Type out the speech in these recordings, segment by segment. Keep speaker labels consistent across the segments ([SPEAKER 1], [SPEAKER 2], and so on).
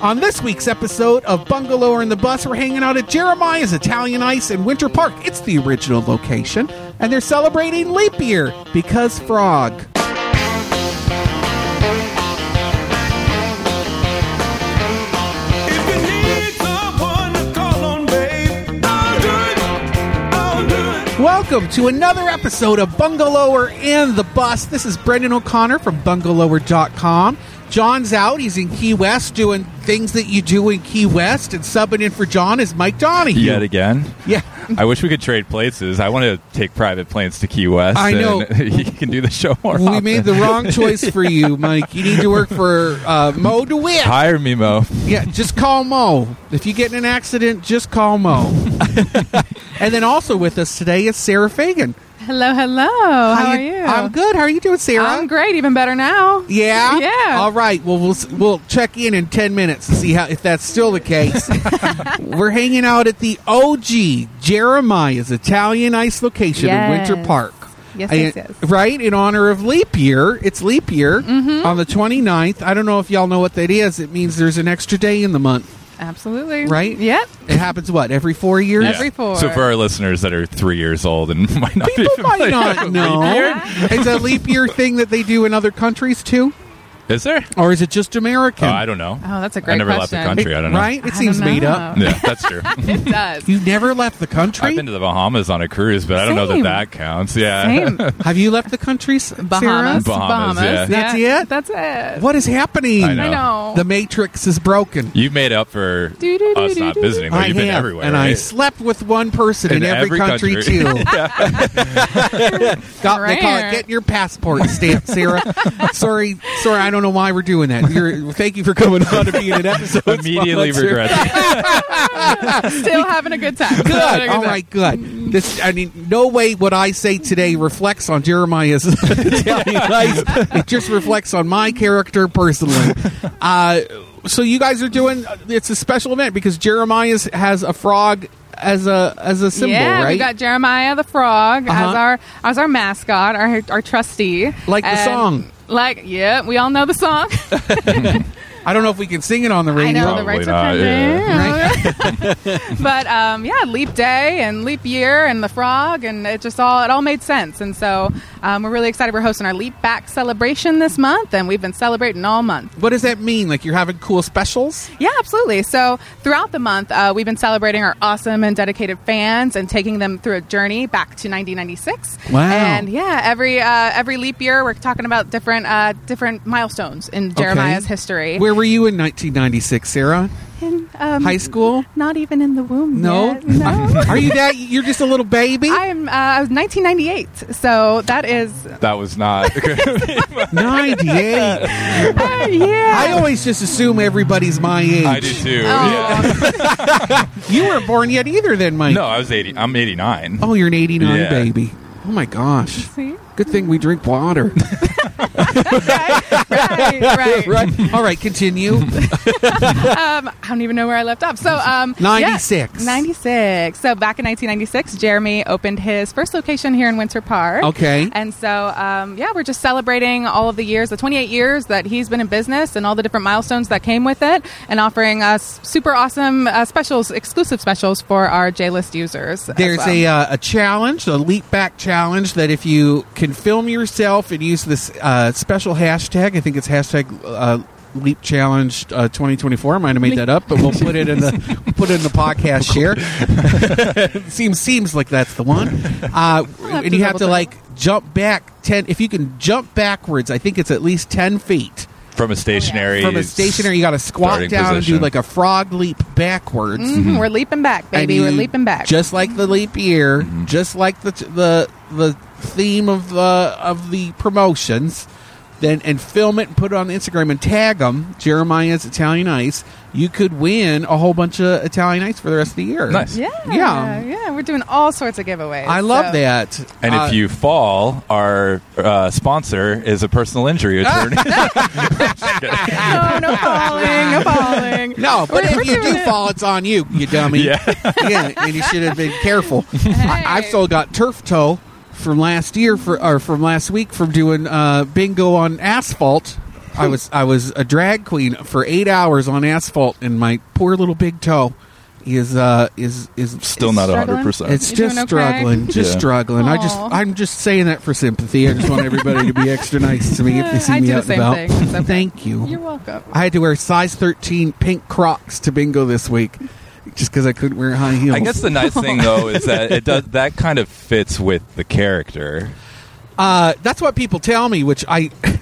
[SPEAKER 1] On this week's episode of Bungalower and the Bus, we're hanging out at Jeremiah's Italian Ice in Winter Park. It's the original location, and they're celebrating leap year because frog.
[SPEAKER 2] If you need someone to call on, babe, I'll do it. I'll do it.
[SPEAKER 1] Welcome to another episode of Bungalower and the Bus. This is Brendan O'Connor from bungalower.com. John's out. He's in Key West doing things that you do in Key West, and subbing in for John is Mike Donahue.
[SPEAKER 3] Yet again.
[SPEAKER 1] Yeah.
[SPEAKER 3] I wish we could trade places. I want to take private planes to Key West.
[SPEAKER 1] I know.
[SPEAKER 3] and you can do the show more.
[SPEAKER 1] We
[SPEAKER 3] often.
[SPEAKER 1] made the wrong choice for you, Mike. You need to work for uh, Mo DeWitt.
[SPEAKER 3] hire me, Mo.
[SPEAKER 1] Yeah, just call Mo. If you get in an accident, just call Mo. and then also with us today is Sarah Fagan.
[SPEAKER 4] Hello, hello. How, are you?
[SPEAKER 1] I'm good. How are you doing, Sarah?
[SPEAKER 4] I'm great. Even better now.
[SPEAKER 1] Yeah.
[SPEAKER 4] Yeah.
[SPEAKER 1] All right. Well, we'll s- we'll check in in ten minutes to see how if that's still the case. We're hanging out at the OG Jeremiah's Italian Ice location in Winter
[SPEAKER 4] Yes.
[SPEAKER 1] Park.
[SPEAKER 4] Yes,
[SPEAKER 1] And-
[SPEAKER 4] yes, yes. Mm-hmm.
[SPEAKER 1] Right in honor of leap year. It's leap year on the 29th. I don't know if y'all know what that is. It means there's an extra day in the month.
[SPEAKER 4] Absolutely.
[SPEAKER 1] Right?
[SPEAKER 4] Yep.
[SPEAKER 1] It happens what every four years.
[SPEAKER 3] Yeah.
[SPEAKER 4] Every four.
[SPEAKER 3] So for our listeners that are three years old and might not be
[SPEAKER 1] People might
[SPEAKER 3] familiar
[SPEAKER 1] not
[SPEAKER 3] with
[SPEAKER 1] know.
[SPEAKER 3] leap year,
[SPEAKER 1] It's a leap year thing that they do in other countries too,
[SPEAKER 3] is there?
[SPEAKER 1] or is it just American?
[SPEAKER 3] Oh, I don't know.
[SPEAKER 4] Oh, that's a great
[SPEAKER 3] I never left the
[SPEAKER 4] question.
[SPEAKER 3] country. I don't know.
[SPEAKER 1] Right? It
[SPEAKER 4] I
[SPEAKER 1] seems
[SPEAKER 4] don't
[SPEAKER 1] made
[SPEAKER 4] know.
[SPEAKER 1] up.
[SPEAKER 3] Yeah, that's true.
[SPEAKER 4] It does.
[SPEAKER 1] You never left the country.
[SPEAKER 3] I've been to the Bahamas on a cruise, but I don't know that
[SPEAKER 4] Same.
[SPEAKER 3] that counts. Yeah.
[SPEAKER 4] Same.
[SPEAKER 1] Have you left the country, S-
[SPEAKER 4] Bahamas.
[SPEAKER 1] Sarah?
[SPEAKER 3] Bahamas, yeah.
[SPEAKER 1] That's it?
[SPEAKER 4] That's it.
[SPEAKER 1] What is happening?
[SPEAKER 3] I
[SPEAKER 4] I know.
[SPEAKER 1] The Matrix is broken.
[SPEAKER 3] You've made up for
[SPEAKER 4] Do, do, do,
[SPEAKER 3] us
[SPEAKER 4] do,
[SPEAKER 3] not
[SPEAKER 4] do, do.
[SPEAKER 3] visiting. Though.
[SPEAKER 1] I
[SPEAKER 3] You've been
[SPEAKER 1] have,
[SPEAKER 3] everywhere.
[SPEAKER 1] and I
[SPEAKER 3] right?
[SPEAKER 1] slept with one person in,
[SPEAKER 3] In
[SPEAKER 1] every,
[SPEAKER 3] every
[SPEAKER 1] country,
[SPEAKER 3] country.
[SPEAKER 1] too. Got, they call it
[SPEAKER 4] Rare.
[SPEAKER 1] getting your passport stamp, Sarah. sorry, sorry, I don't know why we're doing that. You're, thank you for coming on to be in an episode.
[SPEAKER 3] Immediately
[SPEAKER 1] sponsor.
[SPEAKER 3] regret it.
[SPEAKER 4] Still having a good time. Still having a
[SPEAKER 1] Good.
[SPEAKER 4] good
[SPEAKER 1] All
[SPEAKER 4] time.
[SPEAKER 1] right, good. This, I mean, no way what I say today reflects on Jeremiah's Italian ice. It just reflects on my character personally. Uh, so you guys are doing it's a special event because Jeremiah's has a frog as a as a symbol,
[SPEAKER 4] yeah,
[SPEAKER 1] right?
[SPEAKER 4] we got Jeremiah the Frog
[SPEAKER 1] Uh-huh.
[SPEAKER 4] as our as our mascot, our our trustee.
[SPEAKER 1] Like the
[SPEAKER 4] And-
[SPEAKER 1] song.
[SPEAKER 4] Like yeah, we all know the song.
[SPEAKER 1] I don't know if we can sing it on the
[SPEAKER 4] I
[SPEAKER 1] radio.
[SPEAKER 4] know the
[SPEAKER 3] Probably
[SPEAKER 4] rights
[SPEAKER 3] not,
[SPEAKER 4] are
[SPEAKER 1] yeah.
[SPEAKER 4] but um, yeah, leap day and leap year and the frog and it just all it all made sense. And so um, we're really excited. We're hosting our leap back celebration this month, and we've been celebrating all month.
[SPEAKER 1] What does that mean? Like you're having cool specials?
[SPEAKER 4] Yeah, absolutely. So throughout the month, uh, we've been celebrating our awesome and dedicated fans and taking them through a journey back to 1996.
[SPEAKER 1] Wow.
[SPEAKER 4] And yeah, every uh, every leap year, we're talking about different uh, different milestones in Jeremiah's
[SPEAKER 1] Okay.
[SPEAKER 4] history.
[SPEAKER 1] Where were you in 1996, Sarah?
[SPEAKER 4] In, um,
[SPEAKER 1] High school?
[SPEAKER 4] Not even in the womb.
[SPEAKER 1] No.
[SPEAKER 4] yet. no.
[SPEAKER 1] Are you that? You're just a little baby.
[SPEAKER 4] I am. Uh, I was 1998, so that is.
[SPEAKER 3] That was not.
[SPEAKER 1] 98. I
[SPEAKER 4] yeah.
[SPEAKER 1] always just assume everybody's my age.
[SPEAKER 3] I do too. Yeah.
[SPEAKER 4] Oh,
[SPEAKER 1] You weren't born yet either, then, Mike.
[SPEAKER 3] No, I was eighty. I'm eighty nine.
[SPEAKER 1] Oh, you're an 89
[SPEAKER 3] Yeah.
[SPEAKER 1] baby. Oh, my gosh.
[SPEAKER 4] see?
[SPEAKER 1] Good thing we drink water.
[SPEAKER 4] right, right.
[SPEAKER 1] right. All right, continue.
[SPEAKER 4] Um, I don't even know where I left off. So, um, yeah.
[SPEAKER 1] 96.
[SPEAKER 4] 96. So back in 1996, Jeremy opened his first location here in Winter Park.
[SPEAKER 1] Okay.
[SPEAKER 4] And so, um, yeah, we're just celebrating all of the years, the 28 years that he's been in business and all the different milestones that came with it, and offering us super awesome uh, specials, exclusive specials for our J List users.
[SPEAKER 1] There's a, uh, a challenge, a leap back challenge, that if you can film yourself and use this uh, special hashtag, I think it's hashtag uh, leap challenge uh, 2024. I might have made that up, but we'll put it in the put it in the podcast share. seems seems like that's the one. Uh,
[SPEAKER 4] have
[SPEAKER 1] and
[SPEAKER 4] to
[SPEAKER 1] you have
[SPEAKER 4] double
[SPEAKER 1] to
[SPEAKER 4] check.
[SPEAKER 1] like jump back ten. If you can jump backwards, I think it's at least ten feet
[SPEAKER 3] From a stationary.
[SPEAKER 1] from a stationary. You got to squat
[SPEAKER 3] Starting
[SPEAKER 1] down and do
[SPEAKER 3] position.
[SPEAKER 1] like a frog leap backwards.
[SPEAKER 4] hmm We're leaping back,
[SPEAKER 1] I
[SPEAKER 4] baby. we're
[SPEAKER 1] mean,
[SPEAKER 4] leaping back.
[SPEAKER 1] Mm-hmm. just like the leap year, just like the the the theme of the of the promotions. Then and film it and put it on Instagram and tag them Jeremiah's Italian Ice. You could win a whole bunch of Italian Ice for the rest of the year.
[SPEAKER 3] Nice.
[SPEAKER 4] Yeah,
[SPEAKER 1] Yeah.
[SPEAKER 4] yeah, We're doing all sorts of giveaways.
[SPEAKER 1] I love
[SPEAKER 4] So-
[SPEAKER 1] that.
[SPEAKER 3] And
[SPEAKER 1] Uh,
[SPEAKER 3] if you fall, our uh, sponsor is a personal injury
[SPEAKER 1] Ah,
[SPEAKER 3] attorney.
[SPEAKER 4] No, no falling, no falling.
[SPEAKER 1] no, but
[SPEAKER 4] We're-
[SPEAKER 1] if
[SPEAKER 4] we're
[SPEAKER 1] you do
[SPEAKER 4] doing it.
[SPEAKER 1] fall, it's on you, you dummy.
[SPEAKER 3] yeah.
[SPEAKER 1] yeah, and you should have been careful. I, I've
[SPEAKER 4] Hey.
[SPEAKER 1] still got turf toe from last year for or from last week from doing uh, bingo on asphalt I was I was a drag queen for eight hours on asphalt, and my poor little big toe is uh is is
[SPEAKER 3] Still
[SPEAKER 1] is-
[SPEAKER 3] not
[SPEAKER 4] Struggling?
[SPEAKER 3] hundred percent.
[SPEAKER 1] It's
[SPEAKER 4] You
[SPEAKER 1] just
[SPEAKER 4] doing okay?
[SPEAKER 1] struggling, just
[SPEAKER 3] Yeah.
[SPEAKER 1] struggling. I just
[SPEAKER 4] Aw.
[SPEAKER 1] I'm just saying that for sympathy. I just want everybody to be extra nice to me if they see
[SPEAKER 4] I
[SPEAKER 1] me
[SPEAKER 4] do the
[SPEAKER 1] out
[SPEAKER 4] same
[SPEAKER 1] and about.
[SPEAKER 4] thing. It's okay.
[SPEAKER 1] Thank you. Uh,
[SPEAKER 4] You're welcome.
[SPEAKER 1] I had to wear size 13 pink Crocs to bingo this week, just because I couldn't wear high heels.
[SPEAKER 3] I guess the nice thing though is that it does that kind of fits with the character.
[SPEAKER 1] uh, that's what people tell me, which I.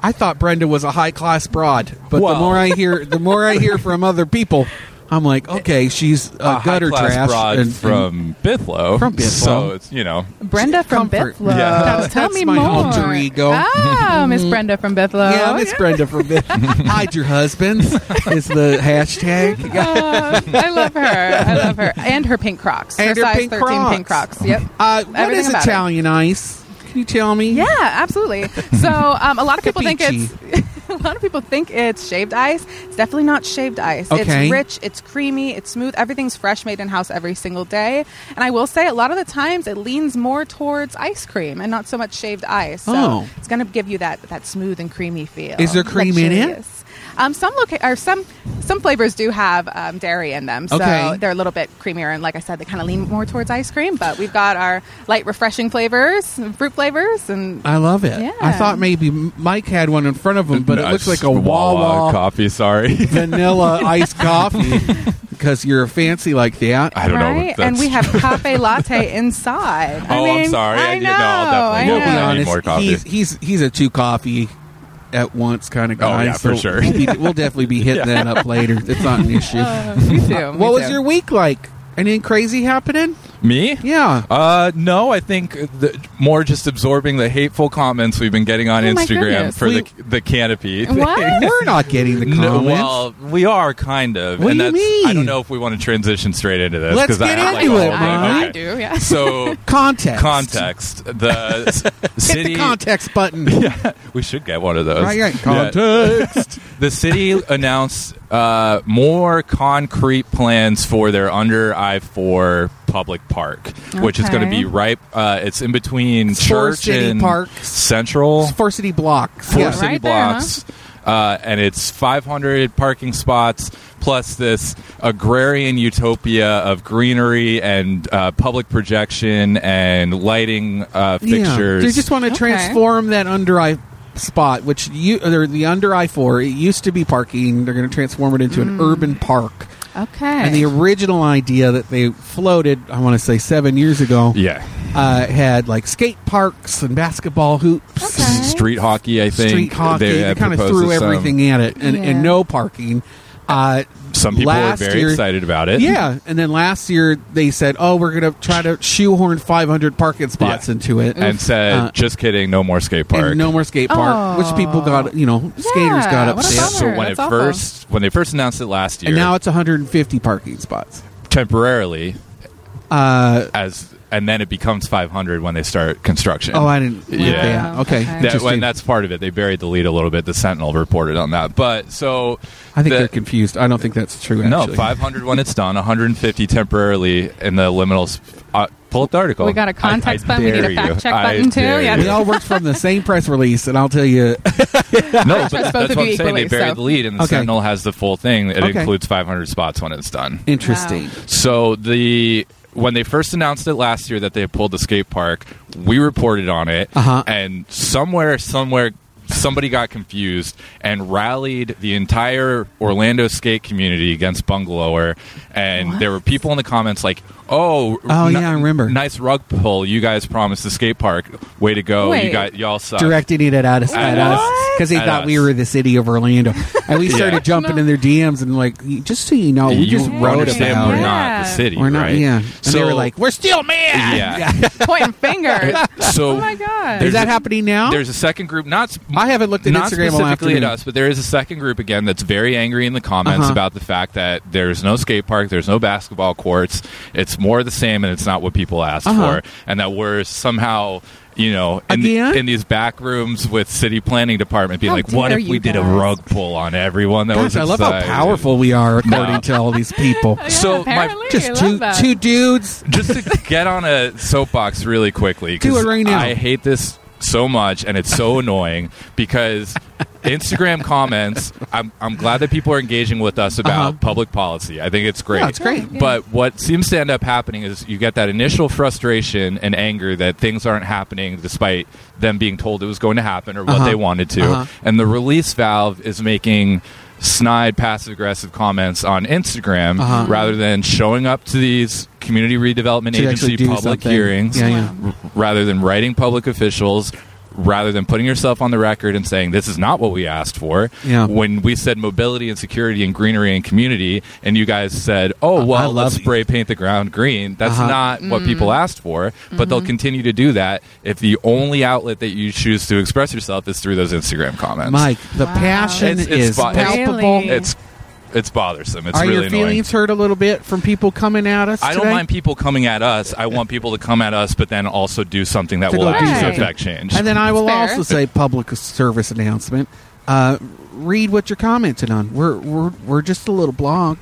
[SPEAKER 1] I thought Brenda was a high class broad, but the
[SPEAKER 3] Well.
[SPEAKER 1] more I hear, the more I hear from other people, I'm like, okay, she's a,
[SPEAKER 3] A
[SPEAKER 1] gutter
[SPEAKER 3] high-class
[SPEAKER 1] trash
[SPEAKER 3] broad
[SPEAKER 1] and- and-
[SPEAKER 3] from Bithlow.
[SPEAKER 1] From Bithlow.
[SPEAKER 3] So it's you know
[SPEAKER 4] Brenda from
[SPEAKER 1] Comfort.
[SPEAKER 4] Bethlo.
[SPEAKER 3] Yeah.
[SPEAKER 1] That's-
[SPEAKER 4] Tell
[SPEAKER 1] that's
[SPEAKER 4] me
[SPEAKER 1] my
[SPEAKER 4] more.
[SPEAKER 1] alter ego. Mm-hmm.
[SPEAKER 4] Ah, Miss Brenda from Bethlo.
[SPEAKER 1] yeah, Miss Brenda from Bit. Hide your husbands is the hashtag.
[SPEAKER 4] Uh, I love her. I love her. And her pink crocs.
[SPEAKER 1] And
[SPEAKER 4] her,
[SPEAKER 1] her
[SPEAKER 4] size
[SPEAKER 1] pink
[SPEAKER 4] 13 pink
[SPEAKER 1] Crocs.
[SPEAKER 4] crocs. Yep.
[SPEAKER 1] Uh, what
[SPEAKER 4] Everything
[SPEAKER 1] is
[SPEAKER 4] about it.
[SPEAKER 1] Italian ice? Can you tell me?
[SPEAKER 4] Yeah, absolutely. So um, a lot of people think
[SPEAKER 1] Capici.
[SPEAKER 4] it's a lot of people think it's shaved ice. It's definitely not shaved ice.
[SPEAKER 1] Okay.
[SPEAKER 4] It's rich, it's creamy, it's smooth. Everything's fresh, made in house every single day. And I will say, a lot of the times it leans more towards ice cream and not so much shaved ice. So
[SPEAKER 1] Oh.
[SPEAKER 4] it's going to give you that that smooth and creamy feel.
[SPEAKER 1] Is there cream in it?
[SPEAKER 4] Luxurious. Um, some loca- or some some flavors do have um, dairy in them, so
[SPEAKER 1] Okay.
[SPEAKER 4] they're a little bit creamier. And like I said, they kind of lean more towards ice cream. But we've got our light, refreshing flavors, and fruit flavors, and
[SPEAKER 1] I love it.
[SPEAKER 4] Yeah.
[SPEAKER 1] I thought maybe Mike had one in front of him, but it looks like a Wawa
[SPEAKER 3] coffee. Sorry,
[SPEAKER 1] vanilla iced coffee because you're fancy like that.
[SPEAKER 3] I don't know.
[SPEAKER 4] right?
[SPEAKER 3] what
[SPEAKER 4] and we
[SPEAKER 3] that's-
[SPEAKER 4] have cafe latte inside. I
[SPEAKER 3] Oh, I'm
[SPEAKER 4] mean,
[SPEAKER 3] sorry. I
[SPEAKER 4] I
[SPEAKER 3] didn't
[SPEAKER 4] know.
[SPEAKER 3] know. I'll
[SPEAKER 4] I
[SPEAKER 3] definitely
[SPEAKER 1] We'll
[SPEAKER 3] get
[SPEAKER 1] be
[SPEAKER 3] Yeah.
[SPEAKER 4] know.
[SPEAKER 3] one. need
[SPEAKER 1] honest.
[SPEAKER 3] more coffee.
[SPEAKER 1] He's, he's he's a two coffee at once kind of
[SPEAKER 3] Oh,
[SPEAKER 1] guy.
[SPEAKER 3] yeah,
[SPEAKER 1] so
[SPEAKER 3] for sure.
[SPEAKER 1] We'll, be- we'll definitely be hitting that up later. It's not an issue.
[SPEAKER 4] Me too. me
[SPEAKER 1] what was
[SPEAKER 4] too.
[SPEAKER 1] your week like? Anything crazy happening?
[SPEAKER 3] me.
[SPEAKER 1] Yeah.
[SPEAKER 3] Uh, no, I think the, more just absorbing the hateful comments we've been getting on
[SPEAKER 4] Oh my
[SPEAKER 3] Instagram
[SPEAKER 4] goodness.
[SPEAKER 3] for
[SPEAKER 1] We-
[SPEAKER 3] the the canopy. thing.
[SPEAKER 4] what?
[SPEAKER 1] We're not getting the comments.
[SPEAKER 3] No, well, we are kind of.
[SPEAKER 1] What
[SPEAKER 3] and
[SPEAKER 1] do you
[SPEAKER 3] that's, I
[SPEAKER 1] mean?
[SPEAKER 3] don't know if we want to transition straight into this.
[SPEAKER 1] Let's
[SPEAKER 3] 'cause I
[SPEAKER 1] get
[SPEAKER 3] have, like,
[SPEAKER 1] into
[SPEAKER 3] a
[SPEAKER 1] it,
[SPEAKER 3] whole thing.
[SPEAKER 1] Mom.
[SPEAKER 4] I
[SPEAKER 3] Okay.
[SPEAKER 4] do. Yeah.
[SPEAKER 3] So
[SPEAKER 1] context.
[SPEAKER 3] context. The s-
[SPEAKER 1] Hit
[SPEAKER 3] city.
[SPEAKER 1] the context button.
[SPEAKER 3] We should get one of those.
[SPEAKER 1] Right, right.
[SPEAKER 3] Yeah.
[SPEAKER 1] Context.
[SPEAKER 3] The city announced uh, more concrete plans for their under I four public park, which is
[SPEAKER 4] Okay.
[SPEAKER 3] going to be right. Uh, it's in between
[SPEAKER 1] It's four
[SPEAKER 3] Church
[SPEAKER 1] city
[SPEAKER 3] and
[SPEAKER 1] parks.
[SPEAKER 3] Central.
[SPEAKER 1] Four city blocks.
[SPEAKER 3] four
[SPEAKER 1] Yeah.
[SPEAKER 3] city
[SPEAKER 4] Right there, huh?
[SPEAKER 3] blocks, uh, and it's 500 parking spots plus this agrarian utopia of greenery and uh, public projection and lighting uh, fixtures.
[SPEAKER 1] They just want to
[SPEAKER 4] Okay.
[SPEAKER 1] transform that under eye spot, which you or the under eye four. It used to be parking. They're going to transform it into an urban park.
[SPEAKER 4] Mm. okay.
[SPEAKER 1] And the original idea that they floated, I want to say seven years ago,
[SPEAKER 3] yeah,
[SPEAKER 1] uh, had like skate parks and basketball hoops,
[SPEAKER 4] Okay.
[SPEAKER 3] street hockey. I think
[SPEAKER 1] street hockey. They,
[SPEAKER 3] had
[SPEAKER 1] kind of
[SPEAKER 3] proposed
[SPEAKER 1] threw
[SPEAKER 3] some-
[SPEAKER 1] everything at it, and,
[SPEAKER 4] Yeah.
[SPEAKER 1] and no parking. Uh,
[SPEAKER 3] Some people were
[SPEAKER 1] last
[SPEAKER 3] very
[SPEAKER 1] year-
[SPEAKER 3] excited about it.
[SPEAKER 1] Yeah, and then last year they said, "Oh, we're going to try to shoehorn 500 parking spots
[SPEAKER 3] Yeah.
[SPEAKER 1] into it."
[SPEAKER 3] and said,
[SPEAKER 1] Uh,
[SPEAKER 3] "Just kidding, no more skate park."
[SPEAKER 1] And no more skate park,
[SPEAKER 4] Oh.
[SPEAKER 1] which people got, you know, skaters
[SPEAKER 4] Yeah,
[SPEAKER 1] got
[SPEAKER 4] what a
[SPEAKER 1] upset.
[SPEAKER 4] bummer.
[SPEAKER 3] so when
[SPEAKER 4] That's
[SPEAKER 3] it
[SPEAKER 4] awful.
[SPEAKER 3] first when they first announced it last year,
[SPEAKER 1] And now it's 150 parking spots.
[SPEAKER 3] temporarily
[SPEAKER 1] Uh,
[SPEAKER 3] as and then it becomes 500 when they start construction.
[SPEAKER 1] oh, I didn't.
[SPEAKER 3] Yeah.
[SPEAKER 1] yeah. Okay.
[SPEAKER 4] That-
[SPEAKER 3] That,
[SPEAKER 1] interesting.
[SPEAKER 3] and that's part of it. They buried the lead a little bit. The Sentinel reported on that. But so
[SPEAKER 1] I think
[SPEAKER 3] the-
[SPEAKER 1] they're confused. I don't think that's true.
[SPEAKER 3] no
[SPEAKER 1] actually.
[SPEAKER 3] 500 when it's done, 150 temporarily in the liminal. Sp- uh, pull up the article.
[SPEAKER 4] We got a
[SPEAKER 3] I-
[SPEAKER 4] context
[SPEAKER 3] I
[SPEAKER 4] button. We need a
[SPEAKER 3] dare
[SPEAKER 4] fact
[SPEAKER 3] you.
[SPEAKER 4] check
[SPEAKER 3] I
[SPEAKER 4] button, too.
[SPEAKER 3] dare
[SPEAKER 4] Yeah.
[SPEAKER 3] you.
[SPEAKER 1] We all worked from the same press release, and I'll tell you.
[SPEAKER 3] no, but
[SPEAKER 4] both
[SPEAKER 3] that's what
[SPEAKER 4] of you
[SPEAKER 3] I'm saying. They
[SPEAKER 4] equally,
[SPEAKER 3] buried
[SPEAKER 4] so.
[SPEAKER 3] the lead, and the
[SPEAKER 1] Okay.
[SPEAKER 3] Sentinel has the full thing. It
[SPEAKER 1] Okay.
[SPEAKER 3] includes 500 spots when it's done.
[SPEAKER 1] Interesting.
[SPEAKER 3] So the when they first announced it last year that they had pulled the skate park, we reported on it,
[SPEAKER 1] Uh-huh.
[SPEAKER 3] and somewhere, somewhere, somebody got confused and rallied the entire Orlando skate community against Bungalower, and there were people in the comments like, "Oh,
[SPEAKER 1] Oh,
[SPEAKER 3] ni-
[SPEAKER 1] yeah, I remember.
[SPEAKER 3] Nice rug pull. You guys promised the skate park. Way to go. You
[SPEAKER 4] Wait.
[SPEAKER 3] got y'all suck."
[SPEAKER 1] Directing it at us, at
[SPEAKER 3] At
[SPEAKER 1] us,
[SPEAKER 3] us.
[SPEAKER 1] because they
[SPEAKER 3] At
[SPEAKER 1] thought we
[SPEAKER 3] us.
[SPEAKER 1] were the city of Orlando, and we started jumping
[SPEAKER 4] No.
[SPEAKER 1] in their DMs and like, just so you know, oh, we
[SPEAKER 3] you
[SPEAKER 1] just wrote
[SPEAKER 3] understand
[SPEAKER 1] about
[SPEAKER 3] we're
[SPEAKER 1] it.
[SPEAKER 3] not
[SPEAKER 4] Yeah.
[SPEAKER 3] the city,
[SPEAKER 1] We're not,
[SPEAKER 3] right?
[SPEAKER 1] yeah. And
[SPEAKER 3] So
[SPEAKER 1] they were like, we're still mad.
[SPEAKER 3] yeah.
[SPEAKER 4] Pointing fingers.
[SPEAKER 3] So
[SPEAKER 4] Oh my god.
[SPEAKER 1] Is
[SPEAKER 3] There's
[SPEAKER 1] that
[SPEAKER 3] a-
[SPEAKER 1] happening now?
[SPEAKER 3] There's a second group. Not s-
[SPEAKER 1] I haven't looked at
[SPEAKER 3] not
[SPEAKER 1] Instagram all
[SPEAKER 3] specifically
[SPEAKER 1] afternoon.
[SPEAKER 3] at us, but there is a second group again that's very angry in the comments
[SPEAKER 1] Uh-huh.
[SPEAKER 3] about the fact that there's no skate park, there's no basketball courts. It's more the same, and it's not what people asked
[SPEAKER 1] Uh-huh.
[SPEAKER 3] for, and that we're somehow. You know, in,
[SPEAKER 1] Again?
[SPEAKER 3] in these back rooms with city planning department, being
[SPEAKER 4] How
[SPEAKER 3] like, "What
[SPEAKER 4] dare
[SPEAKER 3] if we
[SPEAKER 4] you
[SPEAKER 3] did a
[SPEAKER 4] guys."
[SPEAKER 3] rug pull on everyone?" That
[SPEAKER 1] Gosh,
[SPEAKER 3] was
[SPEAKER 1] I love how
[SPEAKER 3] inside?"
[SPEAKER 1] powerful we are, according to all these people.
[SPEAKER 4] Yeah,
[SPEAKER 3] so my-
[SPEAKER 4] apparently, I
[SPEAKER 1] Just
[SPEAKER 4] love
[SPEAKER 1] two
[SPEAKER 4] that.
[SPEAKER 1] two dudes.
[SPEAKER 3] just to get on a soapbox really quickly
[SPEAKER 1] Do
[SPEAKER 3] 'cause
[SPEAKER 1] it right now.
[SPEAKER 3] I hate this so much and it's so annoying because Instagram comments. I'm, I'm glad that people are engaging with us about
[SPEAKER 1] Uh-huh.
[SPEAKER 3] public policy. I think it's great.
[SPEAKER 1] Yeah, it's great.
[SPEAKER 4] Yeah.
[SPEAKER 3] But what seems to end up happening is you get that initial frustration and anger that things aren't happening despite them being told it was going to happen or what
[SPEAKER 1] Uh-huh.
[SPEAKER 3] they wanted to.
[SPEAKER 1] Uh-huh.
[SPEAKER 3] And the release valve is making snide passive aggressive comments on Instagram
[SPEAKER 1] Uh-huh.
[SPEAKER 3] rather than showing up to these community redevelopment
[SPEAKER 1] To actually
[SPEAKER 3] agency
[SPEAKER 1] do
[SPEAKER 3] public
[SPEAKER 1] something.
[SPEAKER 3] hearings
[SPEAKER 1] Yeah, yeah.
[SPEAKER 3] r- rather than writing public officials rather than putting yourself on the record and saying this is not what we asked for
[SPEAKER 1] Yeah.
[SPEAKER 3] when we said mobility and security and greenery and community and you guys said oh
[SPEAKER 1] I
[SPEAKER 3] well
[SPEAKER 1] love
[SPEAKER 3] let's
[SPEAKER 1] you."
[SPEAKER 3] spray paint the ground green that's
[SPEAKER 1] Uh-huh.
[SPEAKER 3] not what people asked for but they'll continue to do that if the only outlet that you choose to express yourself is through those instagram comments
[SPEAKER 1] Mike, the
[SPEAKER 4] Wow.
[SPEAKER 1] passion
[SPEAKER 3] It's- it's
[SPEAKER 1] is
[SPEAKER 3] fi- it's-
[SPEAKER 1] palpable.
[SPEAKER 4] Really?
[SPEAKER 3] it's it's bothersome it's
[SPEAKER 1] Are
[SPEAKER 3] really
[SPEAKER 1] your
[SPEAKER 3] annoying
[SPEAKER 1] feelings hurt a little bit from people coming at us?
[SPEAKER 3] I don't
[SPEAKER 1] today?
[SPEAKER 3] mind people coming at us. I want people to come at us, but then also do something that
[SPEAKER 1] To
[SPEAKER 3] will
[SPEAKER 1] go do
[SPEAKER 3] actually
[SPEAKER 4] something.
[SPEAKER 3] affect change.
[SPEAKER 1] And then I will
[SPEAKER 4] fair.
[SPEAKER 1] also say public service announcement. Uh, read what you're commenting on. We're we're we're just a little blog,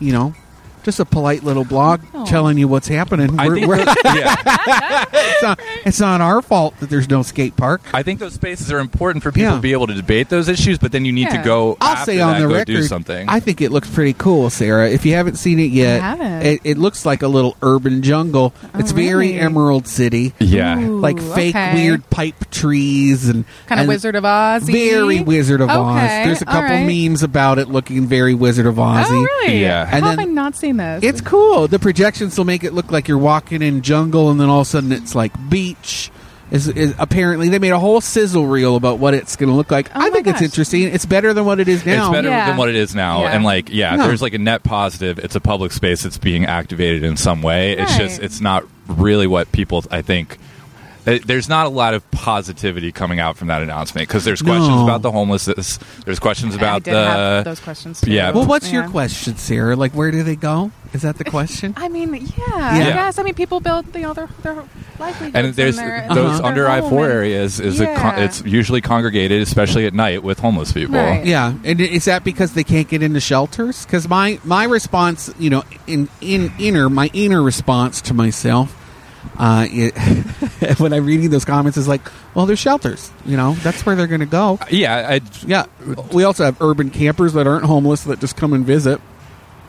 [SPEAKER 1] you know, just a polite little blog
[SPEAKER 4] Oh.
[SPEAKER 1] telling you what's happening.
[SPEAKER 3] I
[SPEAKER 1] We're-
[SPEAKER 3] think,
[SPEAKER 1] we're-
[SPEAKER 3] those, yeah,
[SPEAKER 1] it's, not, it's not our fault that there's no skate park.
[SPEAKER 3] I think those spaces are important for people
[SPEAKER 1] Yeah.
[SPEAKER 3] to be able to debate those issues, but then you need
[SPEAKER 4] Yeah.
[SPEAKER 3] to go.
[SPEAKER 1] I'll
[SPEAKER 3] after
[SPEAKER 1] say on
[SPEAKER 3] that,
[SPEAKER 1] the
[SPEAKER 3] go
[SPEAKER 1] record,
[SPEAKER 3] do something.
[SPEAKER 1] I think it looks pretty cool, Sarah. If you haven't seen it yet,
[SPEAKER 4] haven't.
[SPEAKER 1] It, it looks like a little urban jungle.
[SPEAKER 4] Oh,
[SPEAKER 1] it's
[SPEAKER 4] really?
[SPEAKER 1] very Emerald City,
[SPEAKER 3] yeah,
[SPEAKER 4] Ooh,
[SPEAKER 1] like fake
[SPEAKER 4] okay.
[SPEAKER 1] weird pipe trees and
[SPEAKER 4] kind of
[SPEAKER 1] and-
[SPEAKER 4] Wizard of Oz.
[SPEAKER 1] Very Wizard of Oz. There's a couple memes about it looking very Wizard of Oz.
[SPEAKER 4] Oh, really?
[SPEAKER 3] Yeah.
[SPEAKER 4] How
[SPEAKER 1] And
[SPEAKER 4] have I
[SPEAKER 1] then-
[SPEAKER 4] not seen this?
[SPEAKER 1] It's cool. The projections will make it look like you're walking in jungle, and then all of a sudden it's like beach. Is, is apparently they made a whole sizzle reel about what it's going to look like.
[SPEAKER 4] Oh
[SPEAKER 1] I
[SPEAKER 4] my
[SPEAKER 1] think
[SPEAKER 4] gosh.
[SPEAKER 1] it's interesting. It's better than what it is now.
[SPEAKER 3] it's better
[SPEAKER 4] Yeah.
[SPEAKER 3] than what it is now.
[SPEAKER 4] Yeah.
[SPEAKER 3] And like, yeah,
[SPEAKER 1] No.
[SPEAKER 3] there's like a net positive. It's a public space. It's being activated in some way. It's just
[SPEAKER 4] Right.
[SPEAKER 3] it's not really what people I think. th- There's not a lot of positivity coming out from that announcement because there's questions
[SPEAKER 1] No.
[SPEAKER 3] about the homelessness. There's questions
[SPEAKER 4] I
[SPEAKER 3] about
[SPEAKER 4] did have
[SPEAKER 3] the
[SPEAKER 4] those questions. Too.
[SPEAKER 3] yeah.
[SPEAKER 1] Well, what's your
[SPEAKER 4] Yeah.
[SPEAKER 1] question, Sarah? Like, where do they go? Is that the question?
[SPEAKER 4] I mean, yeah,
[SPEAKER 1] Yeah.
[SPEAKER 4] yes. I mean, people build you know their their livelihoods
[SPEAKER 3] and there's
[SPEAKER 4] and their,
[SPEAKER 3] those
[SPEAKER 1] Uh-huh.
[SPEAKER 4] their
[SPEAKER 3] under I
[SPEAKER 4] home
[SPEAKER 3] four
[SPEAKER 4] and-
[SPEAKER 3] areas is a con-
[SPEAKER 4] Yeah.
[SPEAKER 3] it's usually congregated, especially at night, with homeless people.
[SPEAKER 4] Right.
[SPEAKER 1] Yeah, and i- is that because they can't get into shelters? Because my my response, you know, in in inner my inner response to myself, uh, it, when I'm reading those comments is like, well, there's shelters, you know, that's where they're going to go.
[SPEAKER 3] Yeah, I,
[SPEAKER 1] Yeah, we also have urban campers that aren't homeless that just come and visit.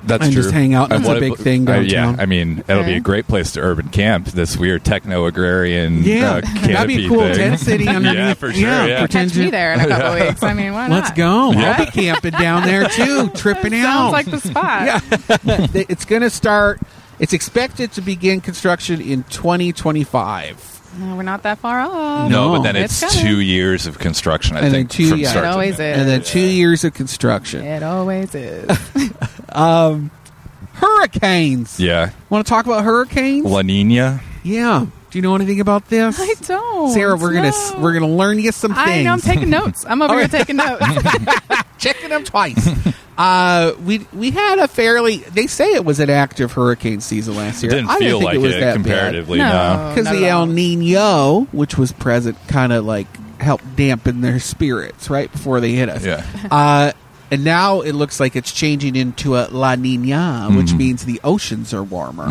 [SPEAKER 3] that's
[SPEAKER 1] And
[SPEAKER 3] true.
[SPEAKER 1] just hang out.
[SPEAKER 3] And
[SPEAKER 1] That's a
[SPEAKER 3] what
[SPEAKER 1] big
[SPEAKER 3] ab-
[SPEAKER 1] thing
[SPEAKER 3] uh, yeah,
[SPEAKER 1] downtown.
[SPEAKER 3] I mean, it'll be
[SPEAKER 4] Okay.
[SPEAKER 3] a great place to urban camp. This weird techno agrarian,
[SPEAKER 1] Yeah,
[SPEAKER 3] uh,
[SPEAKER 1] that'd be
[SPEAKER 3] canopy
[SPEAKER 1] a cool.
[SPEAKER 3] thing.
[SPEAKER 1] Tent city underneath.
[SPEAKER 3] Yeah, for sure, yeah.
[SPEAKER 1] pretend
[SPEAKER 4] Catch me
[SPEAKER 1] you-
[SPEAKER 4] there in a couple weeks. I mean, why
[SPEAKER 1] Let's
[SPEAKER 4] not?
[SPEAKER 1] go. I'll
[SPEAKER 3] Yeah.
[SPEAKER 1] be camping down there too, tripping out.
[SPEAKER 4] Sounds like the spot.
[SPEAKER 1] Yeah. They- it's going to start. It's expected to begin construction in 2025.
[SPEAKER 4] No, we're not that far off.
[SPEAKER 3] No,
[SPEAKER 1] No.
[SPEAKER 3] but then
[SPEAKER 4] It's
[SPEAKER 3] it's,
[SPEAKER 4] coming.
[SPEAKER 3] two years of construction. I
[SPEAKER 1] And
[SPEAKER 3] think
[SPEAKER 1] then two-
[SPEAKER 3] from
[SPEAKER 1] yeah.
[SPEAKER 3] start
[SPEAKER 4] It
[SPEAKER 3] to
[SPEAKER 4] always
[SPEAKER 3] finish.
[SPEAKER 4] is.
[SPEAKER 1] And then two years of construction.
[SPEAKER 4] It always is.
[SPEAKER 1] Hurricanes.
[SPEAKER 3] Yeah,
[SPEAKER 1] Want to talk about hurricanes?
[SPEAKER 3] La Nina.
[SPEAKER 1] Yeah. Do you know anything about this?
[SPEAKER 4] I don't.
[SPEAKER 1] Sarah, we're gonna s-
[SPEAKER 4] no.
[SPEAKER 1] we're gonna learn you some things.
[SPEAKER 4] I know. I'm taking notes. I'm over
[SPEAKER 1] All
[SPEAKER 4] here
[SPEAKER 1] right.
[SPEAKER 4] taking notes.
[SPEAKER 1] checking them twice. uh, we we had a fairly they say it was an active hurricane season last
[SPEAKER 3] It
[SPEAKER 1] year.
[SPEAKER 3] didn't
[SPEAKER 1] I
[SPEAKER 3] feel
[SPEAKER 1] didn't think
[SPEAKER 3] like
[SPEAKER 1] it was that
[SPEAKER 3] comparatively.
[SPEAKER 4] No.
[SPEAKER 1] because
[SPEAKER 4] Um, Not
[SPEAKER 1] the
[SPEAKER 4] at all.
[SPEAKER 1] El Nino, which was present, kind of like helped dampen their spirits right before they hit us.
[SPEAKER 3] Yeah.
[SPEAKER 1] Uh, and now it looks like it's changing into a La Nina, which means the oceans are warmer.